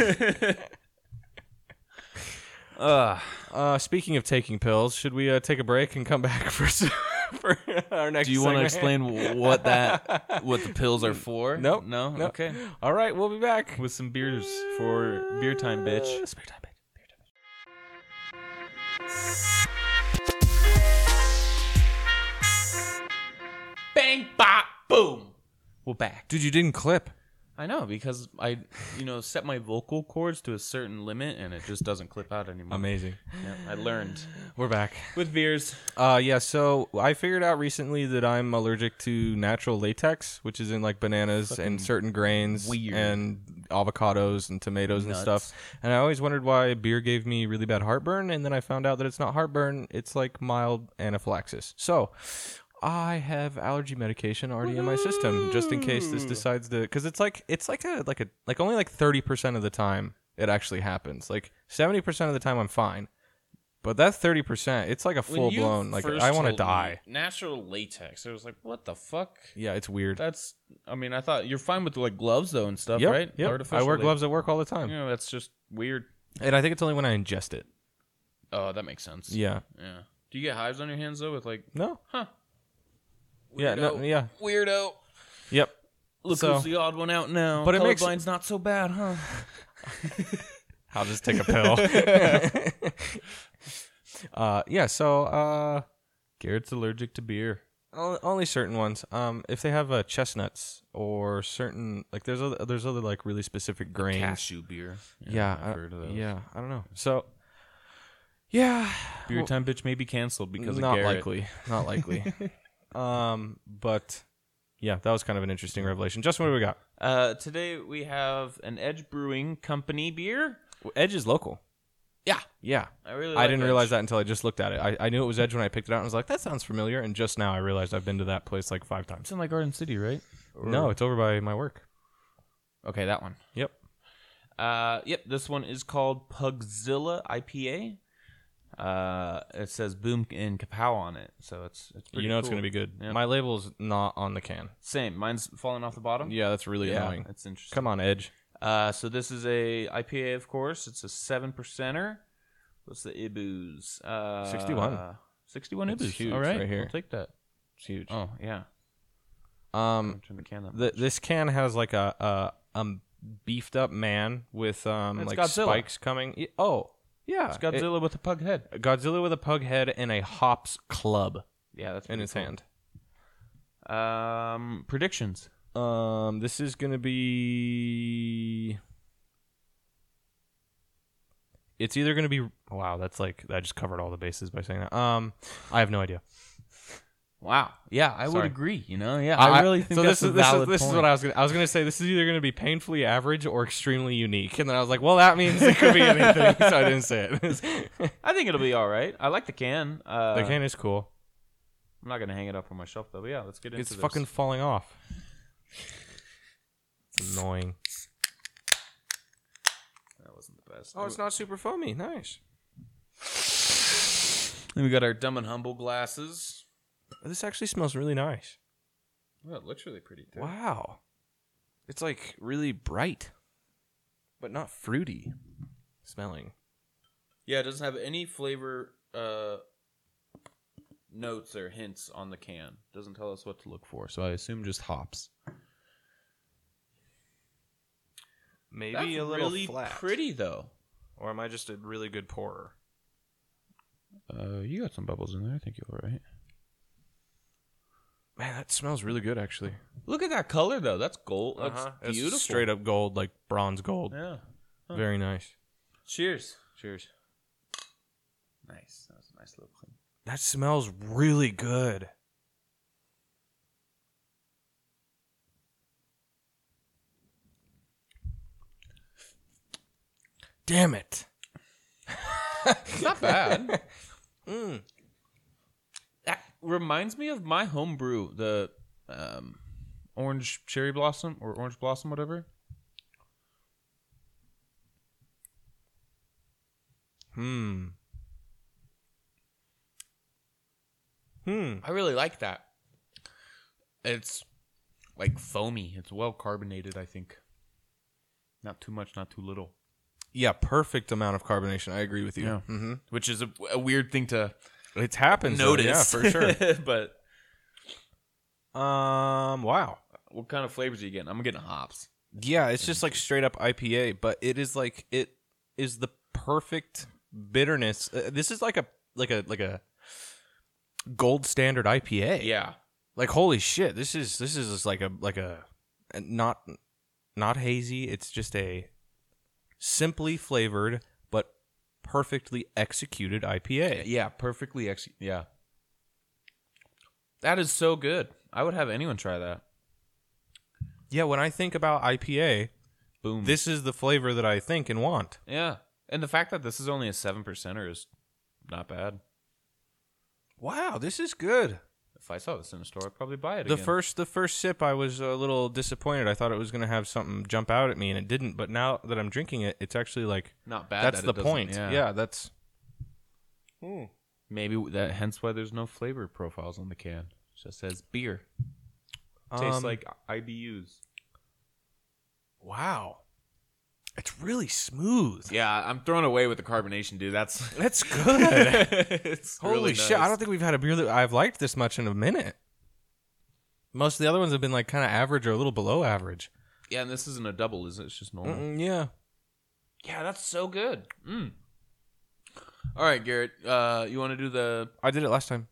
Speaker 1: uh,
Speaker 2: Uh, speaking of taking pills, should we uh, take a break and come back for s- for our next?
Speaker 1: do you want to
Speaker 2: segment?
Speaker 1: explain wh- what that what the pills are for?
Speaker 2: Nope.
Speaker 1: No.
Speaker 2: Nope.
Speaker 1: Okay.
Speaker 2: All right, we'll be back.
Speaker 1: With some beers for beer time, bitch.
Speaker 2: Spare time, babe. Spare time.
Speaker 1: Bang, bop, boom. We're back.
Speaker 2: Dude, you didn't clip.
Speaker 1: I know because I, you know, set my vocal cords to a certain limit and it just doesn't clip out anymore.
Speaker 2: Amazing.
Speaker 1: Yeah, I learned
Speaker 2: We're back.
Speaker 1: with beers.
Speaker 2: Uh, yeah. So I figured out recently that I'm allergic to natural latex, which is in like bananas and certain grains
Speaker 1: weird.
Speaker 2: and avocados and tomatoes
Speaker 1: Nuts.
Speaker 2: and stuff. And I always wondered why beer gave me really bad heartburn, and then I found out that it's not heartburn; it's like mild anaphylaxis. So. I have allergy medication already in my system, just in case this decides to. Because it's like it's like a like a like only like thirty percent of the time it actually happens. Like seventy percent of the time I'm fine, but that thirty percent, it's like a
Speaker 1: When
Speaker 2: full
Speaker 1: you
Speaker 2: blown. Like
Speaker 1: first
Speaker 2: I want to
Speaker 1: told me
Speaker 2: die.
Speaker 1: Natural latex. I was like, what the fuck?
Speaker 2: Yeah, it's weird.
Speaker 1: That's. I mean, I thought you're fine with like gloves though and stuff,
Speaker 2: yep,
Speaker 1: right?
Speaker 2: Yep. I
Speaker 1: Artificial
Speaker 2: wear
Speaker 1: lat-
Speaker 2: gloves at work all the time,
Speaker 1: You know, that's just weird.
Speaker 2: and I think it's only when I ingest it.
Speaker 1: Oh, that makes sense.
Speaker 2: Yeah.
Speaker 1: Yeah. Do you get hives on your hands though? With like,
Speaker 2: No.
Speaker 1: huh?
Speaker 2: Yeah. No,
Speaker 1: Weirdo.
Speaker 2: yeah.
Speaker 1: Weirdo.
Speaker 2: Yep.
Speaker 1: Look
Speaker 2: So-
Speaker 1: who's the odd one out now.
Speaker 2: But it makes-
Speaker 1: Colorblind's not so bad, huh?
Speaker 2: I'll just take a pill. uh, yeah. So uh,
Speaker 1: Garrett's allergic to beer.
Speaker 2: o- only certain ones. Um, if they have uh, chestnuts or certain like there's other there's other like really specific grains.
Speaker 1: Cashew beer.
Speaker 2: Yeah.
Speaker 1: I've
Speaker 2: I-
Speaker 1: heard of those.
Speaker 2: Yeah. I don't know. So. Yeah.
Speaker 1: Beer time, bitch, may be canceled because
Speaker 2: not
Speaker 1: of Garrett.
Speaker 2: likely. Not likely. Um, but yeah, that was kind of an interesting revelation. Justin, what do we got?
Speaker 1: Uh, today we have an Edge Brewing Company beer.
Speaker 2: Edge is local.
Speaker 1: Yeah,
Speaker 2: Yeah.
Speaker 1: I really.
Speaker 2: I didn't realize that until I just looked at it. I, I knew it was Edge when I picked it out and was like, that sounds familiar. And just now I realized I've been to that place like five times.
Speaker 1: it's in like Garden City, right?
Speaker 2: No, it's over by my work.
Speaker 1: Okay, that one.
Speaker 2: Yep.
Speaker 1: Uh, yep, this one is called Pugzilla IPA. Uh, it says Boom and Kapow on it, so it's it's pretty
Speaker 2: you know it's
Speaker 1: cool.
Speaker 2: going to be good.
Speaker 1: Yep.
Speaker 2: My label's not on the can.
Speaker 1: Same. Mine's falling off the bottom.
Speaker 2: Yeah, that's really annoying.
Speaker 1: That's interesting.
Speaker 2: Come on, Edge.
Speaker 1: Uh, so this is a IPA, of course. It's a seven percenter. What's the IBUs? Uh,
Speaker 2: 61.
Speaker 1: Sixty-one
Speaker 2: It's
Speaker 1: IBUs.
Speaker 2: huge
Speaker 1: All right,
Speaker 2: right here.
Speaker 1: I'll take that.
Speaker 2: It's huge.
Speaker 1: Oh yeah. Oh.
Speaker 2: Um,
Speaker 1: Turn the can up.
Speaker 2: th- this can has like a, a um beefed up man with um
Speaker 1: It's
Speaker 2: like
Speaker 1: Godzilla.
Speaker 2: spikes coming. Y- Oh, yeah,
Speaker 1: It's Godzilla with a pug head.
Speaker 2: It- Godzilla with a pug head and a hops club
Speaker 1: Yeah, that's
Speaker 2: in
Speaker 1: pretty
Speaker 2: his
Speaker 1: cool.
Speaker 2: hand.
Speaker 1: Um, predictions.
Speaker 2: Um, this is gonna be. It's either gonna be wow. That's like I just covered all the bases by saying that. Um, I have no idea.
Speaker 1: Wow. Yeah, I would
Speaker 2: Sorry.
Speaker 1: agree. You know, yeah, I, really think
Speaker 2: so.
Speaker 1: that's a
Speaker 2: this is this
Speaker 1: valid
Speaker 2: is this is
Speaker 1: point.
Speaker 2: what I was gonna I was gonna say. This is either gonna be painfully average or extremely unique, and then I was like, well, that means it could be anything, so I didn't say it.
Speaker 1: I think it'll be all right. I like the can. Uh,
Speaker 2: the can is cool.
Speaker 1: I'm not gonna hang it up on my shelf though. But yeah, let's get into
Speaker 2: It's
Speaker 1: this.
Speaker 2: fucking falling off. It's annoying.
Speaker 1: That wasn't the best.
Speaker 2: Oh, not super foamy. Nice.
Speaker 1: Then we got our dumb and humble glasses.
Speaker 2: This actually smells really nice.
Speaker 1: Well, it looks really pretty. Too.
Speaker 2: Wow. It's like really bright, but not fruity smelling.
Speaker 1: Yeah, it doesn't have any flavor uh, notes or hints on the can. Doesn't tell us what to look for, so I assume just hops.
Speaker 2: Maybe
Speaker 1: That's really pretty though.
Speaker 2: Or am I just a really good pourer?
Speaker 1: Uh, you got some bubbles in there. I think you're all right.
Speaker 2: Man, that smells really good actually.
Speaker 1: Look at that color though. That's gold. That's
Speaker 2: Uh-huh. It's
Speaker 1: beautiful.
Speaker 2: straight up gold, like bronze gold.
Speaker 1: Yeah.
Speaker 2: Very nice.
Speaker 1: Cheers. Cheers. Nice. That was a nice little clean.
Speaker 2: That smells really good. Damn it.
Speaker 1: It's not bad.
Speaker 2: Mm.
Speaker 1: that reminds me of my homebrew, the um, orange cherry blossom or orange blossom, whatever.
Speaker 2: Hmm. Hmm.
Speaker 1: I really like that. It's like foamy. It's well carbonated, I think. Not too much, not too little.
Speaker 2: Yeah, perfect amount of carbonation. I agree with you.
Speaker 1: Yeah.
Speaker 2: Mm-hmm.
Speaker 1: Which is a, a weird thing to
Speaker 2: It's happened.
Speaker 1: notice.
Speaker 2: yeah, for sure.
Speaker 1: but
Speaker 2: um. Wow.
Speaker 1: what kind of flavors are you getting? I'm getting hops.
Speaker 2: Yeah, it's just like straight up IPA, but it is like it is the perfect bitterness. Uh, this is like a like a like a gold standard IPA.
Speaker 1: Yeah.
Speaker 2: Like holy shit, this is this is just like a like a not not hazy, it's just a simply flavored but perfectly executed IPA.
Speaker 1: Yeah, perfectly ex yeah. That is so good. I would have anyone try that.
Speaker 2: Yeah, when I think about IPA,
Speaker 1: Boom.
Speaker 2: this is the flavor that I think and want.
Speaker 1: Yeah. And the fact that this is only a seven percenter is not bad.
Speaker 2: Wow, this is good.
Speaker 1: If I saw this in a store, I'd probably buy it
Speaker 2: the
Speaker 1: again.
Speaker 2: first the first sip i was a little disappointed i thought it was going to have something jump out at me and it didn't but now that i'm drinking it it's actually like
Speaker 1: not bad.
Speaker 2: that's
Speaker 1: that it
Speaker 2: the
Speaker 1: doesn't-
Speaker 2: point yeah, that's
Speaker 1: Maybe that hence why there's no flavor profiles on the can. It just says beer. Tastes
Speaker 2: Um,
Speaker 1: like IBUs.
Speaker 2: wow it's really smooth
Speaker 1: Yeah, I'm thrown away with the carbonation, dude. That's
Speaker 2: that's good
Speaker 1: it's
Speaker 2: holy shit i don't think we've had a beer that i've liked this much in a minute most of the other ones have been like kind of average or a little below average
Speaker 1: Yeah, and this isn't a double, is it? It's just normal.
Speaker 2: Mm, yeah
Speaker 1: Yeah, that's so good. Mm. All right, Garrett. Uh, you want to do the
Speaker 2: i did it last time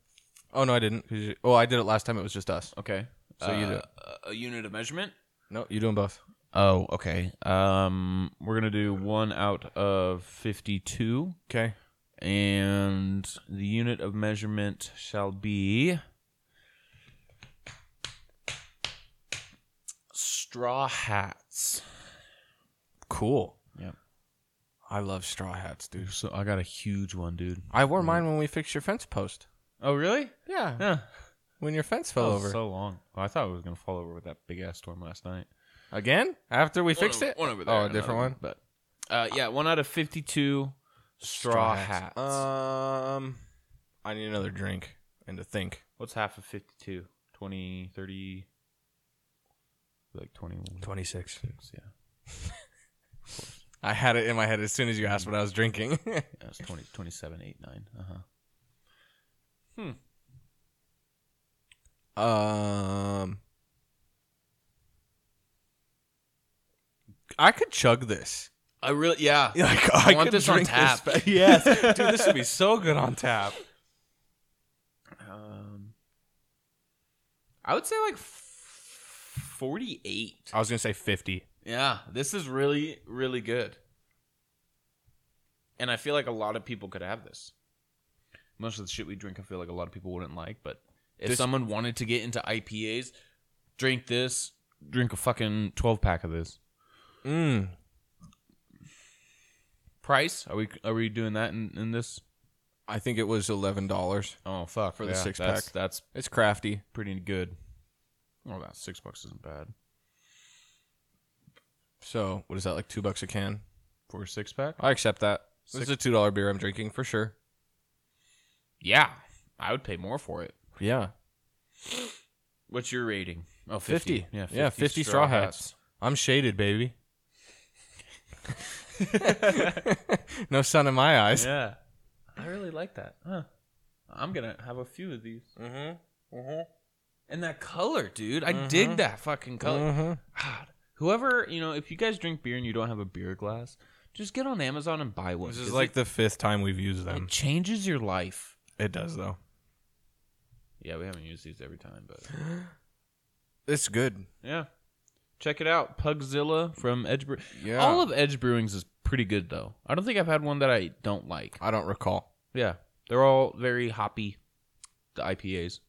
Speaker 2: oh no i didn't 'cause you- oh i did it last time it was just us
Speaker 1: okay?
Speaker 2: So you do
Speaker 1: uh, a unit of measurement.
Speaker 2: no you're doing both
Speaker 1: Oh, okay. Um, we're gonna do one out of fifty-two,
Speaker 2: okay
Speaker 1: and the unit of measurement shall be
Speaker 2: Straw Hats. Cool.
Speaker 1: Yep.
Speaker 2: I love straw hats, dude.
Speaker 1: So I got a huge one, dude.
Speaker 2: I wore mine when we fixed your fence post.
Speaker 1: Oh really?
Speaker 2: Mm. Yeah.
Speaker 1: Yeah.
Speaker 2: When your fence
Speaker 1: That
Speaker 2: fell
Speaker 1: was
Speaker 2: over.
Speaker 1: Oh, so long. I thought it was gonna fall over with that big ass storm last night.
Speaker 2: Again? After we fixed it? oh, a different one?
Speaker 1: But uh, yeah, one out of fifty-two straw hats.
Speaker 2: Um, I need another drink and to think.
Speaker 1: What's half of 52? 20, 30, like 21.
Speaker 2: 26.
Speaker 1: Yeah.
Speaker 2: I had it in my head as soon as you asked what I was drinking.
Speaker 1: Yeah, it's 20, 27, 8, 9. Uh-huh.
Speaker 2: um, I could chug this.
Speaker 1: I really, yeah.
Speaker 2: Like, I,
Speaker 1: want
Speaker 2: could
Speaker 1: this on
Speaker 2: drink
Speaker 1: tap.
Speaker 2: ba- yes, dude, this would be so good on tap.
Speaker 1: Um, I would say like f- 48.
Speaker 2: I was gonna say fifty.
Speaker 1: Yeah, this is really, really good. And I feel like a lot of people could have this. Most of the shit we drink, I feel like a lot of people wouldn't like. But if
Speaker 2: This-
Speaker 1: someone wanted to get into IPAs, drink this. Drink a fucking twelve pack of this.
Speaker 2: Mm.
Speaker 1: Price? Are we are we doing that in, in this?
Speaker 2: I think it was eleven dollars.
Speaker 1: Oh fuck!
Speaker 2: For the six
Speaker 1: that's,
Speaker 2: pack.
Speaker 1: that's
Speaker 2: It's crafty.
Speaker 1: pretty good. Well, that six bucks isn't bad
Speaker 2: So what is that like? Two bucks a can.
Speaker 1: for a six pack.
Speaker 2: I accept that. This is a two dollar beer I'm drinking for sure.
Speaker 1: Yeah, I would pay more for it.
Speaker 2: Yeah,
Speaker 1: What's your rating? Oh, 50.
Speaker 2: 50.
Speaker 1: Yeah, 50
Speaker 2: Yeah, 50 straw hats. I'm shaded, baby. no sun in my eyes.
Speaker 1: Yeah, I really like that. Huh. I'm gonna have a few of these. Mm-hmm. Mm-hmm. And that color, dude. I
Speaker 2: Mm-hmm.
Speaker 1: dig that fucking color. God. Whoever you know, if you guys drink beer and you don't have a beer glass, just get on Amazon and buy one.
Speaker 2: This
Speaker 1: 'cause
Speaker 2: is like the fifth time we've used
Speaker 1: it,
Speaker 2: them.
Speaker 1: it changes your life.
Speaker 2: It does though.
Speaker 1: Yeah, we haven't used these every time, but
Speaker 2: It's good.
Speaker 1: yeah. Check it out, Pugzilla from Edge Brew.
Speaker 2: Yeah.
Speaker 1: All of Edge Brewing's is pretty good though. I don't think I've had one that I don't like.
Speaker 2: I don't recall.
Speaker 1: Yeah, they're all very hoppy. The IPAs.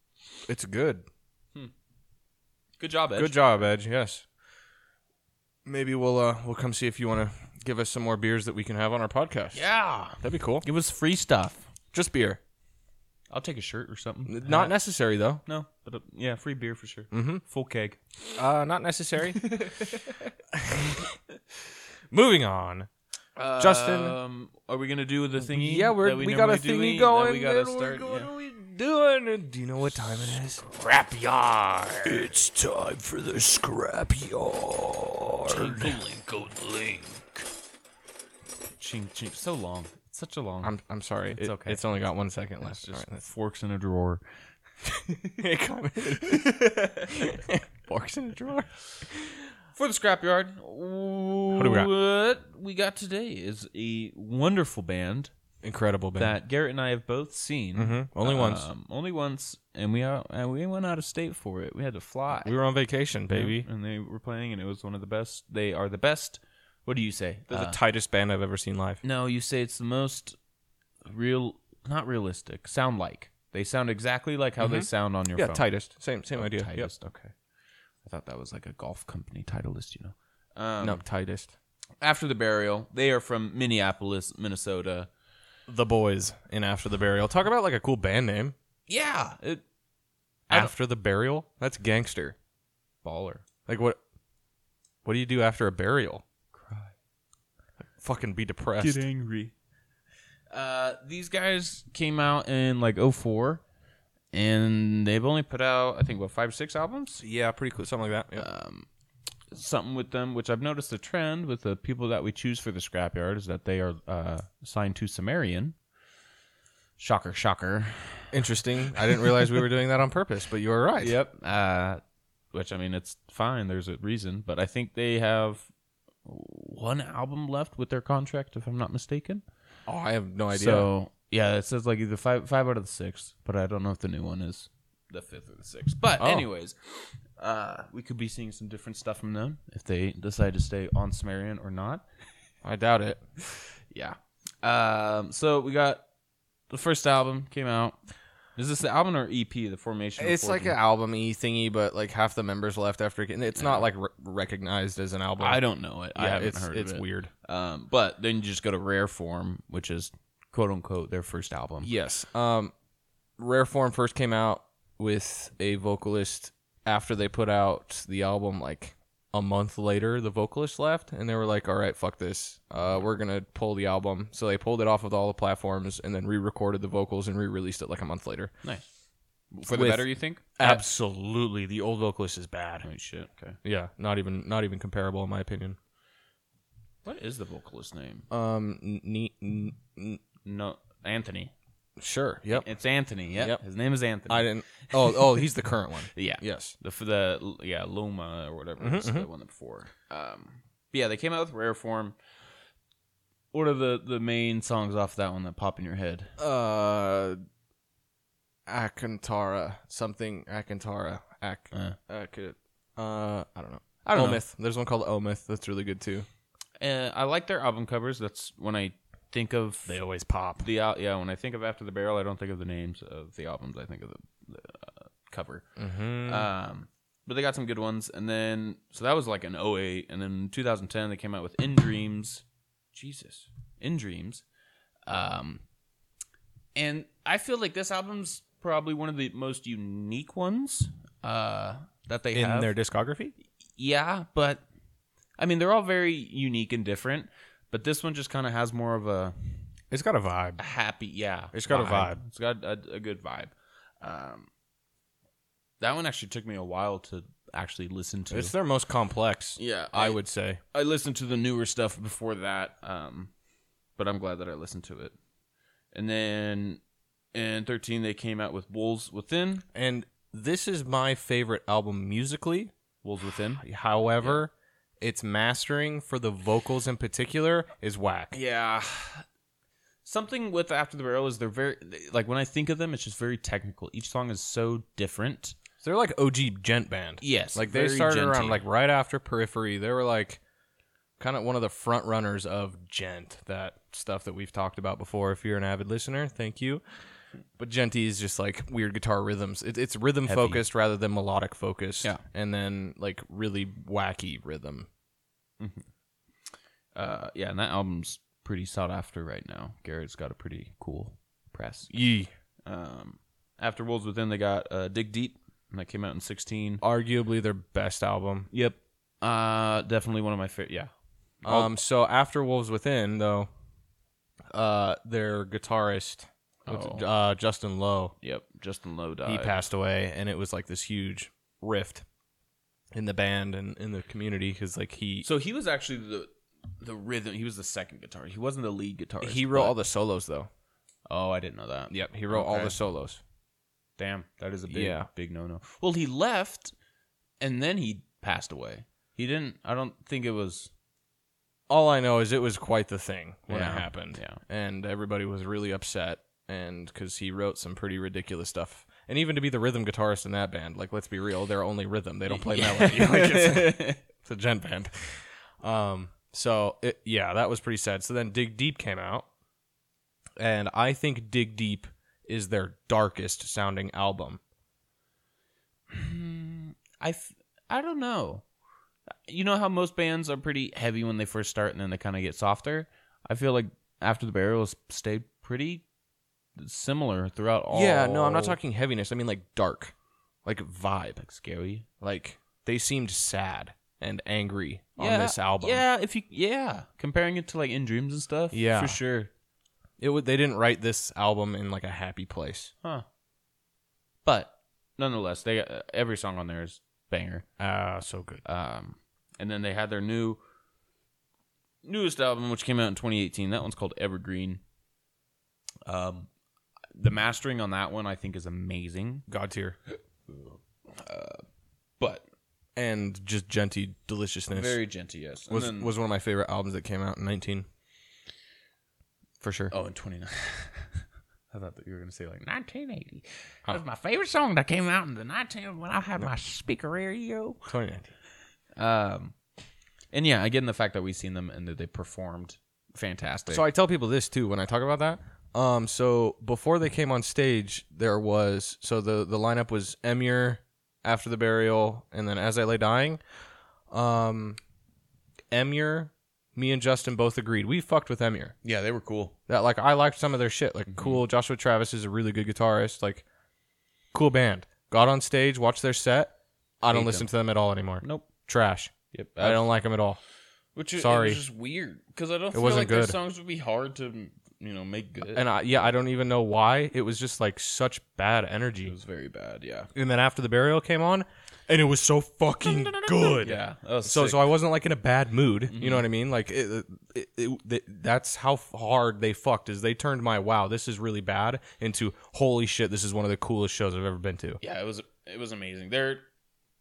Speaker 2: It's good.
Speaker 1: Good job, Edge.
Speaker 2: Good job, Edge. Yes. Maybe we'll uh we'll come see if you want to give us some more beers that we can have on our podcast.
Speaker 1: Yeah,
Speaker 2: That'd be cool.
Speaker 1: it was free stuff.
Speaker 2: Just beer.
Speaker 1: I'll take a shirt or something.
Speaker 2: Not necessary though.
Speaker 1: no, but uh, yeah, free beer for sure. Mm-hmm. Full keg.
Speaker 2: Uh not necessary. Moving on. Justin.
Speaker 1: um, are we gonna do the thingy?
Speaker 2: Yeah, we're,
Speaker 1: that
Speaker 2: we,
Speaker 1: we,
Speaker 2: got a
Speaker 1: normally do
Speaker 2: thingy
Speaker 1: eat, that
Speaker 2: going.
Speaker 1: We gotta
Speaker 2: that we're
Speaker 1: start.
Speaker 2: going-
Speaker 1: yeah.
Speaker 2: what are we doing? Do you know what time it is? Scrapyard. It's time for the scrapyard.
Speaker 1: Ching ching. So long. It's such a long.
Speaker 2: I'm I'm sorry. It's
Speaker 1: okay.
Speaker 2: It's only got one second
Speaker 1: it's
Speaker 2: left.
Speaker 1: just
Speaker 2: All right,
Speaker 1: forks in a drawer.
Speaker 2: it Forks in a drawer.
Speaker 1: For the scrapyard, what
Speaker 2: do we got?
Speaker 1: What we got today is a wonderful band
Speaker 2: Incredible band.
Speaker 1: that Garrett and I have both seen.
Speaker 2: Mhm. Only once.
Speaker 1: Um, Only once, and we out, and we went out of state for it. We had to fly,
Speaker 2: We were on vacation, baby.
Speaker 1: and they were playing, and it was one of the best. They are the best. What do you say?
Speaker 2: They're
Speaker 1: Uh,
Speaker 2: the tightest band I've ever seen live.
Speaker 1: no, you say it's the most real, not realistic. Sound like they sound exactly like how they sound on your
Speaker 2: Yeah,
Speaker 1: phone.
Speaker 2: Oh, tightest. Same same idea. Yep.
Speaker 1: Titleist. Okay, I thought that was like a golf company Titleist. You know. Um,
Speaker 2: No, tightest.
Speaker 1: After the burial, they are from Minneapolis, Minnesota.
Speaker 2: The boys in After the Burial. Talk about like a cool band name.
Speaker 1: Yeah, it, I don't-
Speaker 2: After the Burial. That's gangster.
Speaker 1: baller.
Speaker 2: Like what? What do you do after a burial?
Speaker 1: Cry.
Speaker 2: Fucking be depressed.
Speaker 1: angry. Uh, these guys came out in like 04 and they've only put out I think what five or six albums.
Speaker 2: Yeah, pretty cool. Something like that. Yeah.
Speaker 1: Um, something with them, which I've noticed a trend with the people that we choose for the scrapyard is that they are uh, assigned to Sumerian. Shocker, shocker.
Speaker 2: Interesting. I didn't realize we were doing that on purpose, but you were right.
Speaker 1: Yep. Uh, which I mean, it's fine. There's a reason, but I think they have one album left with their contract, if I'm not mistaken.
Speaker 2: Oh, I have no idea.
Speaker 1: So yeah, it says like either five five out of the six, but I don't know if the new one is the fifth or the sixth. But
Speaker 2: Oh.
Speaker 1: anyways, uh, we could be seeing some different stuff from them if they decide to stay on Sumerian or not.
Speaker 2: I doubt it.
Speaker 1: Yeah. Um. So we got the first album came out. Is this the album or EP? The formation.
Speaker 2: It's
Speaker 1: before
Speaker 2: like
Speaker 1: the-
Speaker 2: an album y thingy, but like half the members left after. And it's not like re- recognized as an album.
Speaker 1: I don't know it. I
Speaker 2: Yeah,
Speaker 1: haven't
Speaker 2: it's,
Speaker 1: heard.
Speaker 2: It's
Speaker 1: of it.
Speaker 2: weird.
Speaker 1: Um, but then you just go to Rare Form, which is quote unquote their first album.
Speaker 2: Yes. Um, Rare Form first came out with a vocalist after they put out the album. Like a month later, the vocalist left, and they were like, "All right, fuck this. Uh, we're gonna pull the album." So they pulled it off of all the platforms, and then re-recorded the vocals and re-released it like a month later.
Speaker 1: Nice. For the
Speaker 2: With-
Speaker 1: better, you think?
Speaker 3: Absolutely, the old vocalist is bad.
Speaker 1: Oh shit. Okay.
Speaker 2: Yeah, not even not even comparable in my opinion.
Speaker 1: What is the vocalist name?
Speaker 2: Um, n- n- n-
Speaker 1: No, Anthony.
Speaker 2: sure. Yep.
Speaker 1: It's Anthony. Yep.
Speaker 2: Yep.
Speaker 1: His name is Anthony.
Speaker 2: I didn't. Oh, oh, he's the current one.
Speaker 1: Yeah.
Speaker 2: Yes.
Speaker 1: The for the yeah Luma or whatever is the one before. Um, but yeah, they came out with Rare Form. What are the the main songs off that one that pop in your head?
Speaker 2: Uh, Akantara, something Akantara, Ak,
Speaker 1: Uh.
Speaker 2: Ak- uh, I don't know.
Speaker 1: I don't know.
Speaker 2: Omith. There's one called Omith that's really good too.
Speaker 1: Uh, I like their album covers. That's when I think of
Speaker 3: They always pop.
Speaker 1: the al- yeah. When I think of After the Barrel, I don't think of the names of the albums. I think of the, the uh, cover.
Speaker 3: Mm-hmm.
Speaker 1: Um, but they got some good ones. And then, so that was like an 08. And then in 2010, they came out with In Dreams. Jesus. In Dreams. Um, and I feel like this album's probably one of the most unique ones uh, that they
Speaker 3: In
Speaker 1: have.
Speaker 3: their discography,
Speaker 1: yeah, but I mean, they're all very unique and different. But this one just kind of has more of a
Speaker 3: it's got a vibe.
Speaker 1: a happy yeah
Speaker 3: It's got a vibe.
Speaker 1: it's got a, a good vibe um that one actually took me a while to actually listen to
Speaker 3: It's their most complex.
Speaker 1: yeah
Speaker 3: I would say.
Speaker 1: i listened to the newer stuff before that um but i'm glad that i listened to it and then in 13 they came out with wolves within
Speaker 2: And this is my favorite album musically.
Speaker 1: wolves within
Speaker 2: However, its mastering for the vocals in particular is whack.
Speaker 1: yeah something with after the barrel is they're very like when i think of them it's just very technical each song is so different
Speaker 2: They're like OG gent band.
Speaker 1: yes
Speaker 2: Like they
Speaker 1: very
Speaker 2: started around
Speaker 1: genty.
Speaker 2: like right after Periphery. They were like kind of one of the front runners of gent, that stuff that we've talked about before. If you're an avid listener, thank you. But genty is just like weird guitar rhythms. It, it's rhythm focused rather than melodic focused.
Speaker 1: Yeah.
Speaker 2: and then like really wacky rhythm.
Speaker 1: uh, yeah, and that album's pretty sought after right now. Garrett's got a pretty cool press.
Speaker 2: Yee.
Speaker 1: Um, after Wolves Within, they got uh, Dig Deep, and that came out in '16.
Speaker 2: Arguably their best album.
Speaker 1: Yep, uh, definitely one of my favorite. Yeah, Oh.
Speaker 2: Um, so after Wolves Within, though, uh, their guitarist,
Speaker 1: Oh.
Speaker 2: uh, Justin Lowe,
Speaker 1: yep. Justin Lowe died.
Speaker 2: he passed away and it was like this huge rift in the band and in the community because like he
Speaker 1: So he was actually the the rhythm. He was the second guitar. He wasn't the lead guitarist.
Speaker 2: he wrote
Speaker 1: but-
Speaker 2: all the solos though
Speaker 1: Oh, I didn't know that.
Speaker 2: yep he wrote all
Speaker 1: Okay.
Speaker 2: the solos
Speaker 1: Damn, that is a big,
Speaker 2: Yeah.
Speaker 1: big no no. Well, he left, and then he passed away. He didn't. I don't think it was.
Speaker 2: all i know is it was quite the thing when
Speaker 1: Yeah.
Speaker 2: it happened
Speaker 1: Yeah.
Speaker 2: and everybody was really upset and because he wrote some pretty ridiculous stuff and even to be the rhythm guitarist in that band like let's be real they're only rhythm they don't play melody like it's, it's a gent band um so it, yeah that was pretty sad so then dig deep came out and i think dig deep is their darkest sounding album Mm-hmm.
Speaker 1: I, f- I don't know. You know how most bands are pretty heavy when they first start and then they kind of get softer? I feel like After the Burial has stayed pretty similar throughout all.
Speaker 2: yeah no i'm not talking heaviness i mean like dark like vibe
Speaker 1: like scary
Speaker 2: like they seemed sad and angry
Speaker 1: Yeah,
Speaker 2: on this album
Speaker 1: Yeah, if you yeah, comparing it to like In Dreams and stuff.
Speaker 2: Yeah.
Speaker 1: for sure.
Speaker 2: it would they didn't write this album in like a happy place
Speaker 1: Huh. But nonetheless, they uh, every song on there is banger.
Speaker 3: Ah, so good.
Speaker 1: Um, and then they had their new newest album, which came out in 2018. That one's called Evergreen. Um, the mastering on that one I think is amazing,
Speaker 2: god tier
Speaker 1: but
Speaker 2: and just genty deliciousness
Speaker 1: very gentle. Yes, And
Speaker 2: was
Speaker 1: then-
Speaker 2: was one of my favorite albums that came out in 19 for sure
Speaker 1: oh in 29. I thought that you were gonna say like 1980. That was my favorite song that came out in the 19 when I had my speaker radio.
Speaker 2: 2019
Speaker 1: Um, and yeah, again the fact that we've seen them and that they performed fantastic.
Speaker 2: So I tell people this too when I talk about that. Um, so before they came on stage, there was so the the lineup was Emir, After the Burial, and then As I Lay Dying. Um, Emir, me and Justin both agreed we fucked with Emir.
Speaker 1: Yeah, they were cool.
Speaker 2: That like I liked some of their shit. Like
Speaker 1: Mm-hmm.
Speaker 2: cool, Joshua Travis is a really good guitarist. Like cool band. Got on stage, watched their set. I don't
Speaker 1: Hate
Speaker 2: listen
Speaker 1: them.
Speaker 2: to them at all anymore.
Speaker 1: Nope.
Speaker 2: Trash.
Speaker 1: Yep.
Speaker 2: I don't like them at all.
Speaker 1: Which is,
Speaker 2: Sorry.
Speaker 1: Sorry. It was just weird because I don't feel
Speaker 2: wasn't
Speaker 1: like their
Speaker 2: good.
Speaker 1: songs would be hard to you know make good.
Speaker 2: And I yeah, I don't even know why. It was just like such bad energy.
Speaker 1: it was very bad. Yeah.
Speaker 2: and then after the burial came on, and it was so fucking good.
Speaker 1: Yeah. Mm-hmm. That was
Speaker 2: So
Speaker 1: sick.
Speaker 2: so I wasn't like in a bad mood. You know what I mean? Like it, it, it, th- that's how f- hard they fucked is they turned my wow, this is really bad into holy shit, this is one of the coolest shows I've ever been to.
Speaker 1: yeah, it was it was amazing. They're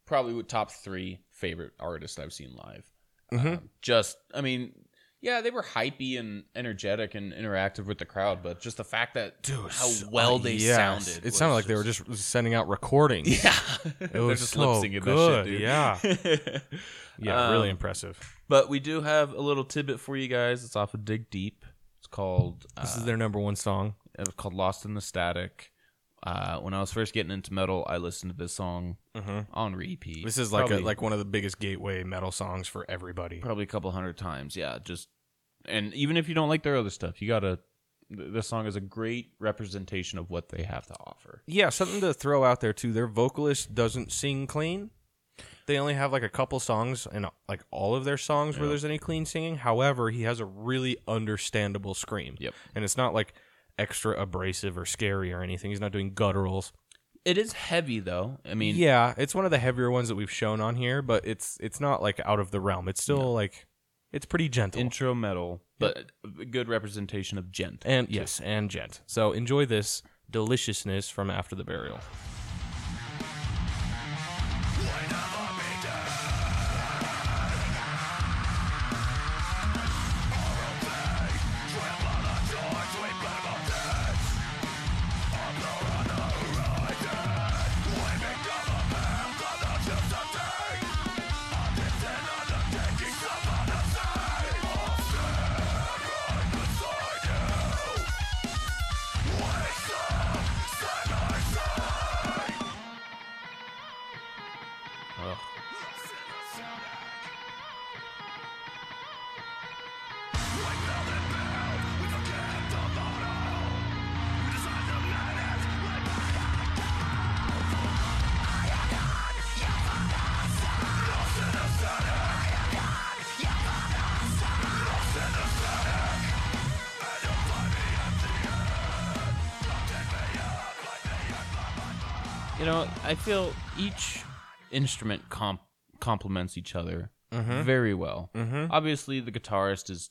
Speaker 1: probably w- top three favorite artists I've seen live.
Speaker 2: Mm-hmm.
Speaker 1: Um, just, I mean, yeah, they were hypey and energetic and interactive with the crowd, but just the fact that how well they
Speaker 2: uh, Yes.
Speaker 1: sounded.
Speaker 2: It sounded like they were just sending out recordings.
Speaker 1: yeah,
Speaker 2: It was so
Speaker 1: lip-syncing
Speaker 2: good. Yeah.
Speaker 1: dude. Yeah,
Speaker 2: Yeah, really
Speaker 1: Um,
Speaker 2: impressive.
Speaker 1: But we do have a little tidbit for you guys. It's off of Dig Deep. It's called uh,
Speaker 2: This is their number one song.
Speaker 1: it was called Lost in the Static. Uh, when I was first getting into metal, I listened to this song on repeat.
Speaker 2: This is like a,
Speaker 1: Mm-hmm. Probably-
Speaker 2: like one of the biggest gateway metal songs for everybody.
Speaker 1: probably a couple hundred times. Yeah, just and even if you don't like their other stuff, you gotta. th- This song is a great representation of what they have to offer.
Speaker 2: Yeah, something to throw out there too. Their vocalist doesn't sing clean. They only have like a couple songs and like all of their songs where there's any clean singing. However, he has a really understandable scream.
Speaker 1: Yep.
Speaker 2: And it's not like extra abrasive or scary or anything. He's not doing gutturals.
Speaker 1: It is heavy though. I mean,
Speaker 2: Yeah, it's one of the heavier ones that we've shown on here, but it's it's not like out of the realm. It's still like it's pretty gentle.
Speaker 1: intro metal, but a good representation of gent.
Speaker 2: and yes, and gent. So enjoy this deliciousness from after the burial.
Speaker 1: Ugh. You know, I feel each instrument comp- complements each other
Speaker 2: Mm-hmm.
Speaker 1: very well. Obviously, the guitarist is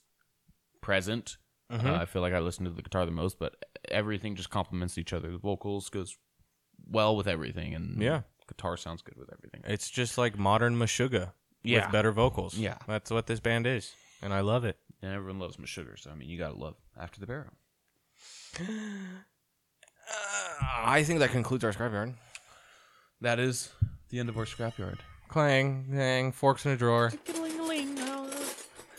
Speaker 1: present. Uh, I feel like I listen to the guitar the most, but everything just complements each other. The vocals goes well with everything, and
Speaker 2: Yeah.
Speaker 1: guitar sounds good with everything.
Speaker 2: It's just like modern Meshuggah
Speaker 1: Yeah.
Speaker 2: with better vocals.
Speaker 1: Yeah.
Speaker 2: That's what this band is. And I love it.
Speaker 1: And everyone loves Meshuggah, so I mean, you gotta love After the Barrel.
Speaker 2: Uh, I think that concludes our scrapyard.
Speaker 1: That is the end of our scrapyard.
Speaker 2: Clang, dang, forks in a drawer.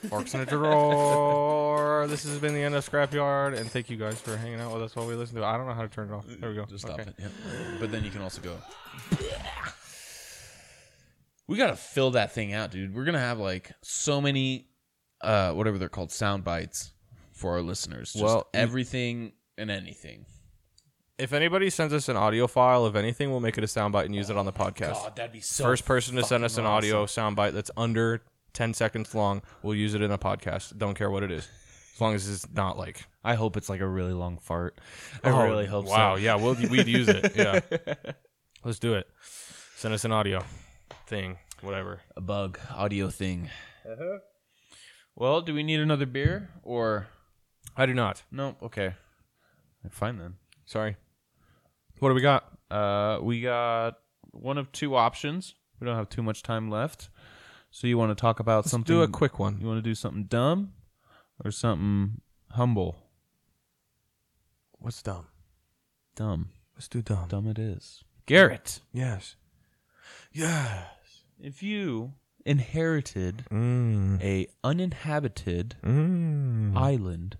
Speaker 2: Forks in a drawer. This has been the end of Scrapyard, and thank you guys for hanging out with us while we listen to it. I don't know how to turn it off. There we go.
Speaker 1: Just stop
Speaker 2: Okay.
Speaker 1: it. Yep. But then you can also go. We gotta fill that thing out, dude. We're gonna have like so many, uh, whatever they're called, sound bites for our listeners. Just
Speaker 2: Well, you-
Speaker 1: everything and anything.
Speaker 2: If anybody sends us an audio file of anything, we'll make it a soundbite and use it on the podcast.
Speaker 1: that'd be so.
Speaker 2: First person to send us an
Speaker 1: fucking
Speaker 2: audio soundbite that's under 10 seconds long, we'll use it in a podcast. Don't care what it is. As long as it's not like
Speaker 1: I hope it's like a really long fart. I
Speaker 2: Oh,
Speaker 1: really hope
Speaker 2: Wow,
Speaker 1: so.
Speaker 2: yeah, we'll, we'd use it. Yeah. Let's do it. Send us an audio thing, whatever.
Speaker 1: A bug audio thing. Well, do we need another beer or
Speaker 2: I do not.
Speaker 1: no? Okay, fine then.
Speaker 2: Sorry. What do we got?
Speaker 1: Uh, we got one of two options. We don't have too much time left. So you want to talk about something?
Speaker 2: Do a quick one.
Speaker 1: You want to do something dumb or something humble?
Speaker 2: What's dumb?
Speaker 1: Dumb,
Speaker 2: Let's do dumb.
Speaker 1: dumb it is. Garrett,
Speaker 2: Yes. Yes.
Speaker 1: if you inherited
Speaker 2: Mm.
Speaker 1: a uninhabited
Speaker 2: Mm.
Speaker 1: island,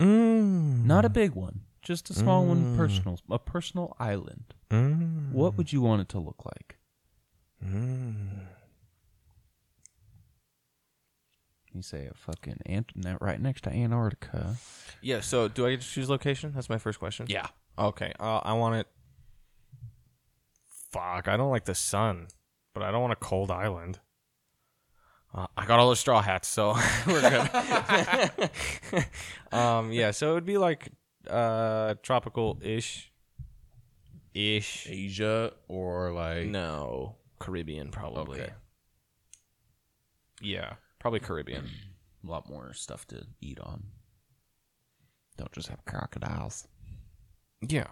Speaker 2: Mm.
Speaker 1: Not a big one, just a small one, personal, a personal island. What would you want it to look like? You say a fucking ant- na- right next to Antarctica.
Speaker 2: Yeah. So, do I get to choose location? That's my first question.
Speaker 1: Yeah.
Speaker 2: Okay. Uh, I want it.
Speaker 4: Fuck, I don't like the sun, but I don't want a cold island.
Speaker 2: Uh, I got all the straw hats, so we're good. um. Yeah. So it would be like uh tropical ish. Ish.
Speaker 1: Asia or like
Speaker 2: No, Caribbean probably.
Speaker 1: Okay.
Speaker 2: Yeah, probably Caribbean.
Speaker 1: a lot more stuff to eat on. Don't just have crocodiles.
Speaker 2: yeah.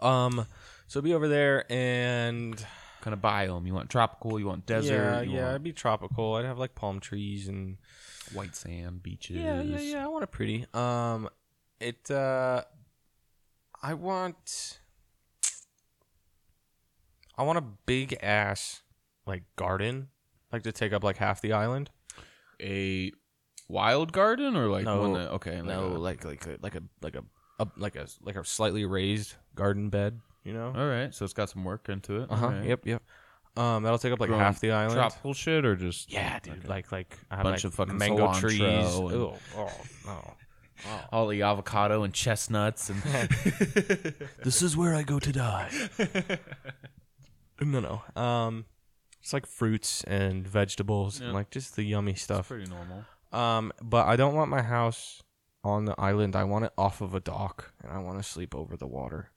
Speaker 2: Um, so be over there and
Speaker 1: Kind of biome. You want tropical, you want desert,
Speaker 4: Yeah,
Speaker 1: you
Speaker 4: yeah,
Speaker 1: want
Speaker 4: it'd be tropical. I'd have like palm trees and
Speaker 1: white sand beaches.
Speaker 2: yeah, yeah, yeah. I want it pretty. Um, it. Uh, I want. I want a big ass like garden, like to take up like half the island.
Speaker 1: A wild garden or like
Speaker 2: No,
Speaker 1: one that, okay,
Speaker 2: no,
Speaker 1: like
Speaker 2: like like a, like a like a, a like a like a slightly raised garden bed. You know.
Speaker 1: a- all right, so it's got some work into it.
Speaker 2: Uh huh.
Speaker 1: all right.
Speaker 2: Yep. Yep. Um, that'll take up like
Speaker 1: Growing
Speaker 4: half
Speaker 2: half
Speaker 4: the island.
Speaker 1: Tropical shit or just
Speaker 2: Yeah, dude.
Speaker 1: Okay.
Speaker 2: Like like I have
Speaker 1: Bunch
Speaker 2: like
Speaker 1: of fucking
Speaker 2: mango
Speaker 1: cilantro
Speaker 2: trees.
Speaker 1: and-
Speaker 2: Ew, oh no.
Speaker 1: all the avocado and chestnuts and
Speaker 2: this is where I go to die. no, no. Um, it's like fruits and vegetables, and
Speaker 1: Yeah.
Speaker 2: like just the yummy stuff.
Speaker 1: pretty normal.
Speaker 2: Um, but I don't want my house on the island. I want it off of a dock, and I want to sleep over the water.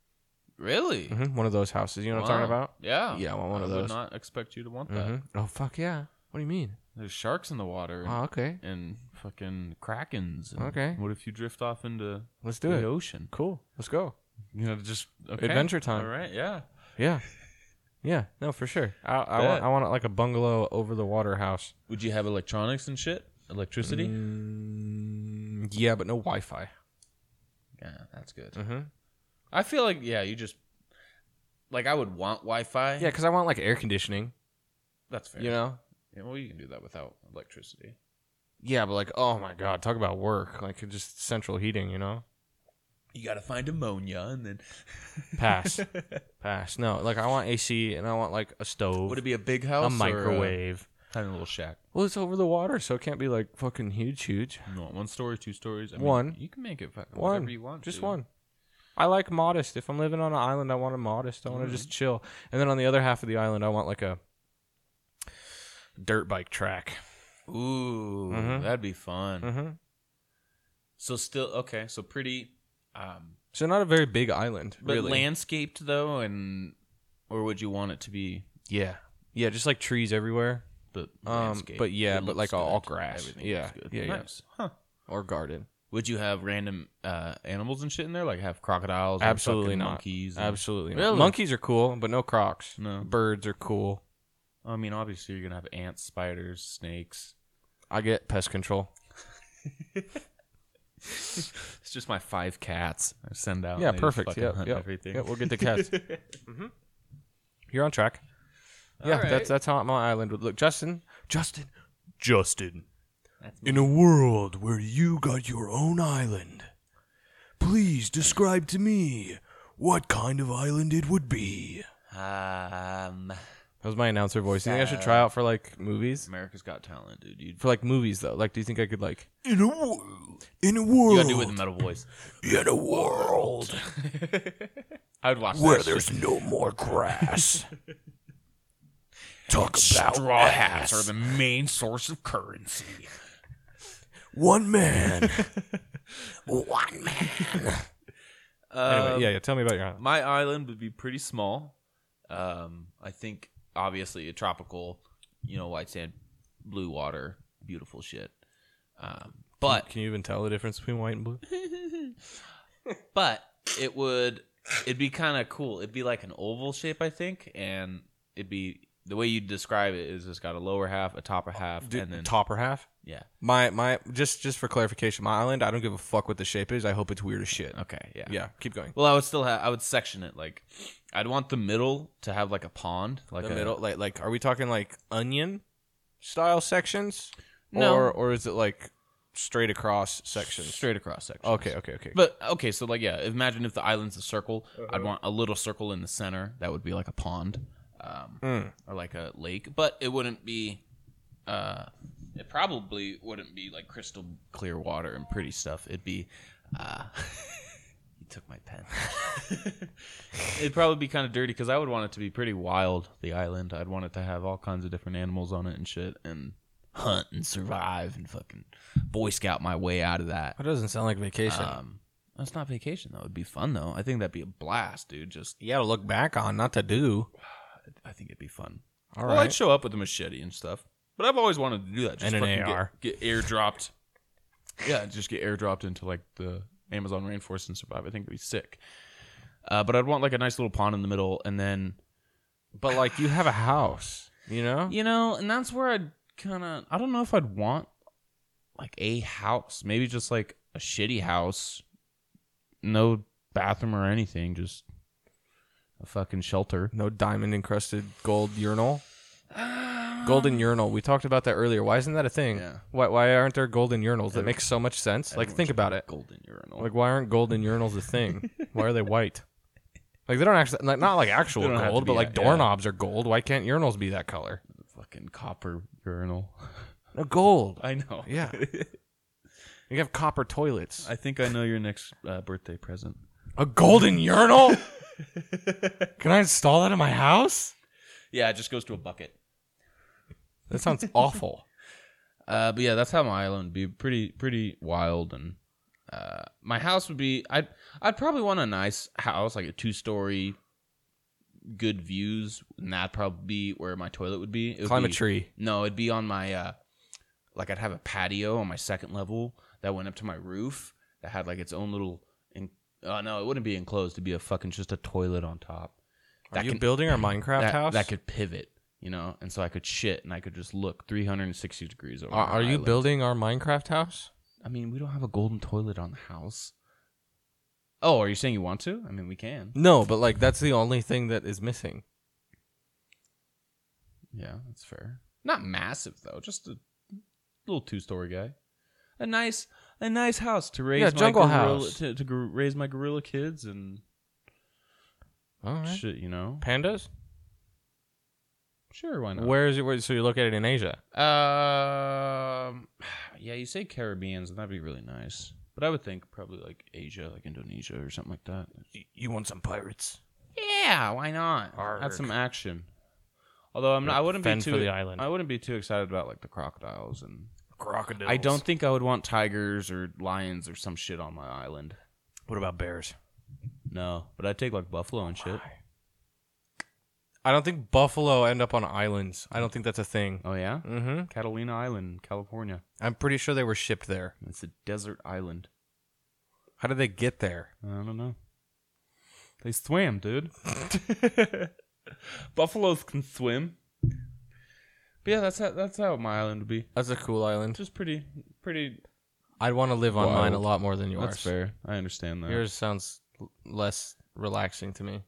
Speaker 1: Really?
Speaker 2: hmm One of those houses. You know what I'm talking
Speaker 1: Wow.
Speaker 2: about?
Speaker 1: Yeah.
Speaker 2: Yeah, I want one
Speaker 1: I
Speaker 2: of
Speaker 1: would
Speaker 2: those.
Speaker 1: not expect you to want that.
Speaker 2: Mhm. Oh fuck yeah! What do you mean?
Speaker 1: There's sharks in the water and,
Speaker 2: Oh okay,
Speaker 1: and fucking krakens. and
Speaker 2: Okay.
Speaker 1: What if you drift off into
Speaker 2: let's do
Speaker 1: the
Speaker 2: it.
Speaker 1: ocean?
Speaker 2: Cool, let's go.
Speaker 1: You know, just okay.
Speaker 2: Adventure time.
Speaker 1: All right, yeah.
Speaker 2: Yeah. Yeah, no, for sure. I, I,
Speaker 1: Bet.
Speaker 2: want, I want it like a bungalow over the water house.
Speaker 1: Would you have electronics and shit? Electricity?
Speaker 2: Mm, yeah, but no Wi Fi.
Speaker 1: Yeah, that's good.
Speaker 2: Mm-hmm.
Speaker 1: I feel like yeah, you just like I would want Wi-Fi.
Speaker 2: Yeah, because I want like air conditioning,
Speaker 1: that's fair.
Speaker 2: you know?
Speaker 1: Yeah, well, you can do that without electricity.
Speaker 2: Yeah, but like, oh my God, talk about work. Like, just central heating, you know?
Speaker 1: You got to find ammonia and then
Speaker 2: Pass. Pass. No, like, I want AC and I want like a stove,
Speaker 1: would it be a big house, uh,
Speaker 2: a microwave.
Speaker 1: tiny little shack?
Speaker 2: Well, it's over the water, so it can't be like fucking huge, huge.
Speaker 1: No, one story, two stories. I
Speaker 2: One.
Speaker 1: You can make it fucking
Speaker 2: One.
Speaker 1: whatever you want.
Speaker 2: Just
Speaker 1: to.
Speaker 2: one. I like modest. If I'm living on an island, I want a modest. I want to just chill. And then on the other half of the island, I want like a dirt bike track.
Speaker 1: Ooh,
Speaker 2: Mhm.
Speaker 1: that'd be fun.
Speaker 2: Mm-hmm.
Speaker 1: So still okay. So pretty, um,
Speaker 2: So not a very big island,
Speaker 1: but
Speaker 2: really.
Speaker 1: landscaped though, and or would you want it to be?
Speaker 2: yeah, yeah, just like trees everywhere
Speaker 1: But
Speaker 2: Um,
Speaker 1: landscaped?
Speaker 2: but yeah,
Speaker 1: It
Speaker 2: but like
Speaker 1: looks
Speaker 2: all
Speaker 1: good.
Speaker 2: grass.
Speaker 1: Everything
Speaker 2: Yeah,
Speaker 1: looks good.
Speaker 2: yeah, yeah.
Speaker 1: nice. Huh.
Speaker 2: or garden.
Speaker 1: Would you have random uh, animals and shit in there? Like have crocodiles? and
Speaker 2: Absolutely
Speaker 1: fucking
Speaker 2: not.
Speaker 1: Monkeys. and-
Speaker 2: Absolutely, not.
Speaker 1: Really?
Speaker 2: monkeys are cool, but no crocs.
Speaker 1: No.
Speaker 2: birds are cool.
Speaker 1: I mean, obviously you're gonna have ants, spiders, snakes.
Speaker 2: I get pest control.
Speaker 1: It's just my five cats. I send out.
Speaker 2: yeah,
Speaker 1: they
Speaker 2: perfect.
Speaker 1: fucking
Speaker 2: Yeah,
Speaker 1: hunt
Speaker 2: yeah.
Speaker 1: everything.
Speaker 2: Yeah, we'll get the cats. mm-hmm. You're on track. yeah, that's that's how my island would look. Justin, Justin, Justin. In a world where you got your own island, please describe to me what kind of island it would be.
Speaker 1: Um,
Speaker 2: That was my announcer voice. You think I should try out for like movies?
Speaker 1: America's Got Talent, dude. You'd
Speaker 2: For like movies though, like do you think I could like
Speaker 5: In a world. In a world.
Speaker 1: you gotta do it with a metal voice.
Speaker 5: in a world
Speaker 1: I would watch
Speaker 5: where
Speaker 1: that shit.
Speaker 5: there's no more grass. Talk about
Speaker 1: Straw hats are
Speaker 5: ass.
Speaker 1: the main source of currency.
Speaker 5: One man. One man.
Speaker 1: Um,
Speaker 4: anyway, yeah, yeah, tell me about your island.
Speaker 1: my island would be pretty small. Um, I think obviously a tropical, you know, white sand, blue water, beautiful shit. Um, but
Speaker 4: Can you even tell the difference between white and blue?
Speaker 1: but it would it'd be kind of cool. It'd be like an oval shape, I think, and it'd be the way you describe it is it's got a lower half, a top half,
Speaker 2: Dude,
Speaker 1: and then
Speaker 2: top or half?
Speaker 1: yeah,
Speaker 2: My my just just for clarification, my island, I don't give a fuck what the shape is. I hope it's weird as shit.
Speaker 1: okay, yeah,
Speaker 2: Yeah, keep going.
Speaker 1: Well, I would still have I would section it like I'd want the middle to have like a pond, like
Speaker 2: the
Speaker 1: a,
Speaker 2: middle like like are we talking like onion style sections
Speaker 1: No.
Speaker 2: or or is it like
Speaker 6: straight across section.
Speaker 1: straight across section.
Speaker 6: Okay, okay, okay.
Speaker 1: But okay, so like yeah, imagine if the island's a circle, I'd want a little circle in the center that would be like a pond, um,
Speaker 2: Hmm.
Speaker 1: or like a lake. But it wouldn't be, uh, it probably wouldn't be like crystal clear water and pretty stuff. It'd be, uh, you took my pen. It'd probably be kind of dirty because I would want it to be pretty wild. The island, I'd want it to have all kinds of different animals on it and shit, and hunt and survive and fucking boy scout my way out of that.
Speaker 2: That doesn't sound like vacation.
Speaker 1: Um, that's not vacation though. It'd be fun though. I think that'd be a blast, dude. Just
Speaker 2: you got to look back on, not to do.
Speaker 1: I think it'd be fun.
Speaker 2: All
Speaker 1: well, I'd
Speaker 2: right.
Speaker 1: show up with a machete and stuff, but I've always wanted to do that. Just
Speaker 2: And an
Speaker 1: fucking
Speaker 2: AR.
Speaker 1: Get, get airdropped. yeah, just get airdropped into like the Amazon rainforest and survive. I think it'd be sick. Uh, but I'd want like a nice little pond in the middle, and then
Speaker 2: But like, you have a house, you know.
Speaker 1: you know, and that's where I'd kind of. I don't know if I'd want like a house. Maybe just like a shitty house, no bathroom or anything, just a fucking shelter.
Speaker 2: No diamond encrusted gold urinal. golden urinal. We talked about that earlier. Why isn't that a thing?
Speaker 1: Mm. Yeah.
Speaker 2: Why why aren't there golden urinals? That makes so much sense. Like think about it.
Speaker 1: Golden urinal.
Speaker 2: Like why aren't golden urinals a thing? why are they white? Like they don't actually like not like actual
Speaker 1: don't have to
Speaker 2: gold, but
Speaker 1: be
Speaker 2: like
Speaker 1: that- yeah.
Speaker 2: doorknobs are gold. Why can't urinals be that color?
Speaker 1: fucking copper urinal.
Speaker 2: No gold.
Speaker 1: I know.
Speaker 2: Yeah. You have copper toilets.
Speaker 1: I think I know your next uh, birthday present.
Speaker 2: A golden urinal? Can I install that in my house?
Speaker 1: Yeah, it just goes to a bucket.
Speaker 2: That sounds awful.
Speaker 1: Uh, but yeah, that's how my island would be pretty pretty wild and uh, my house would be I'd I'd probably want a nice house like a two story, good views and that'd probably be where my toilet would be. It would
Speaker 2: Climb a
Speaker 1: be-
Speaker 2: tree.
Speaker 1: No, it'd be on my uh, like I'd have a patio on my second level that went up to my roof that had like its own little. In- oh no, it wouldn't be enclosed. It'd be a fucking just a toilet on top.
Speaker 2: Are you building our Minecraft
Speaker 1: that,
Speaker 2: house?
Speaker 1: that could pivot, you know, and so I could shit and I could just look 360 degrees over.
Speaker 2: Are,
Speaker 1: my
Speaker 2: are you
Speaker 1: island.
Speaker 2: building our Minecraft house?
Speaker 1: I mean, we don't have a golden toilet on the house. Oh, are you saying you want to? I mean, we can.
Speaker 2: No, but like that's the only thing that is missing.
Speaker 1: Yeah, that's fair. Not massive though, just a little two-story guy. A nice, a nice house to raise
Speaker 2: Yeah,
Speaker 1: my
Speaker 2: jungle
Speaker 1: gorilla,
Speaker 2: house.
Speaker 1: to, to gr- raise my gorilla kids and
Speaker 2: All right.
Speaker 1: shit. You know,
Speaker 2: Pandas?
Speaker 1: sure, why not?
Speaker 2: Where is it? Where, so you look at it in Asia.
Speaker 1: Um, yeah, you say Caribbeans, and that'd be really nice. But I would think probably like Asia, like Indonesia or something like that.
Speaker 5: You want some pirates?
Speaker 1: Yeah, why not? Add some action. Although I'm not, I wouldn't be
Speaker 2: fend for
Speaker 1: too.
Speaker 2: the island.
Speaker 1: I wouldn't be too excited about like the crocodiles and.
Speaker 5: Crocodiles.
Speaker 1: I don't think I would want tigers or lions or some shit on my island.
Speaker 5: What about bears?
Speaker 1: No, but I'd take like buffalo and shit.
Speaker 2: I don't think buffalo end up on islands. I don't think that's a thing.
Speaker 1: Oh yeah,
Speaker 2: Mm-hmm.
Speaker 1: Catalina Island, California.
Speaker 2: I'm pretty sure they were shipped there.
Speaker 1: It's a desert island.
Speaker 2: How did they get there?
Speaker 1: I don't know. They swam, dude. Buffaloes can swim. But yeah, that's how that's how my island would be.
Speaker 2: That's a cool island.
Speaker 1: Just pretty, pretty.
Speaker 2: I'd want to live on
Speaker 1: Wild.
Speaker 2: mine a lot more than yours.
Speaker 1: That's fair. I understand that.
Speaker 2: Yours sounds l- less relaxing to me.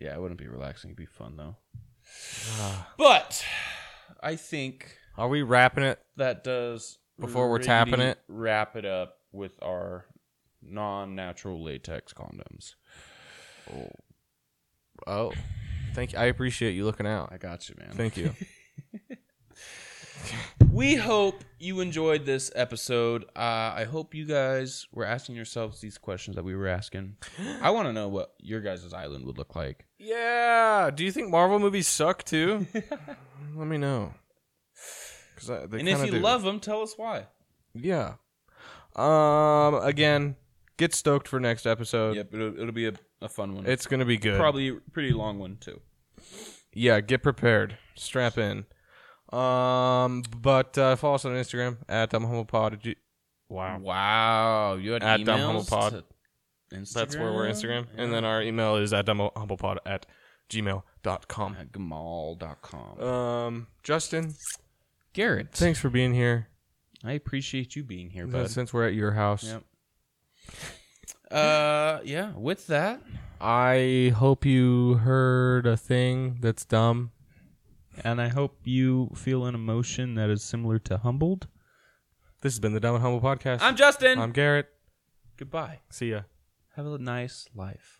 Speaker 1: Yeah, it wouldn't be relaxing. It'd be fun though. but I think
Speaker 2: Are we wrapping it?
Speaker 1: that does
Speaker 2: Before we're tapping
Speaker 1: really
Speaker 2: it?
Speaker 1: Wrap it up with our non-natural latex condoms.
Speaker 2: Oh, thank you. I appreciate you looking out.
Speaker 1: I got you, man.
Speaker 2: Thank you.
Speaker 1: We hope you enjoyed this episode. Uh, I hope you guys were asking yourselves these questions that we were asking. I want to know what your guys' island would look like.
Speaker 2: yeah. Do you think Marvel movies suck too? Let me know. Cause I, they
Speaker 1: and if
Speaker 2: kinda
Speaker 1: you
Speaker 2: do.
Speaker 1: love them, tell us why.
Speaker 2: yeah. Um. Again, get stoked for next episode.
Speaker 1: Yep, it'll, it'll be a, a fun one.
Speaker 2: Uh, It's gonna be good.
Speaker 1: probably a pretty long one, too.
Speaker 2: Yeah. Get prepared. Strap in. Um. But uh, follow us on Instagram at Dumb Humble Pod. Did you- Wow.
Speaker 1: Wow. You had
Speaker 2: At Dumb
Speaker 1: emails
Speaker 2: Humble Pod.
Speaker 1: to Instagram?
Speaker 2: That's where we're Instagram. And then our email is at dumbhumblepod at gmail.com.
Speaker 1: At gamal.com.
Speaker 2: Um, Justin,
Speaker 1: Garrett,
Speaker 2: thanks for being here.
Speaker 1: I appreciate you being here,
Speaker 2: Uh,
Speaker 1: bud.
Speaker 2: Since we're at your house,
Speaker 1: Yep. Uh, yeah, with that,
Speaker 2: I hope you heard a thing that's dumb.
Speaker 1: and I hope you feel an emotion that is similar to humbled.
Speaker 2: This has been the Dumb and Humble Podcast.
Speaker 1: I'm Justin.
Speaker 2: I'm Garrett.
Speaker 1: Goodbye.
Speaker 2: See ya.
Speaker 1: Have a nice life.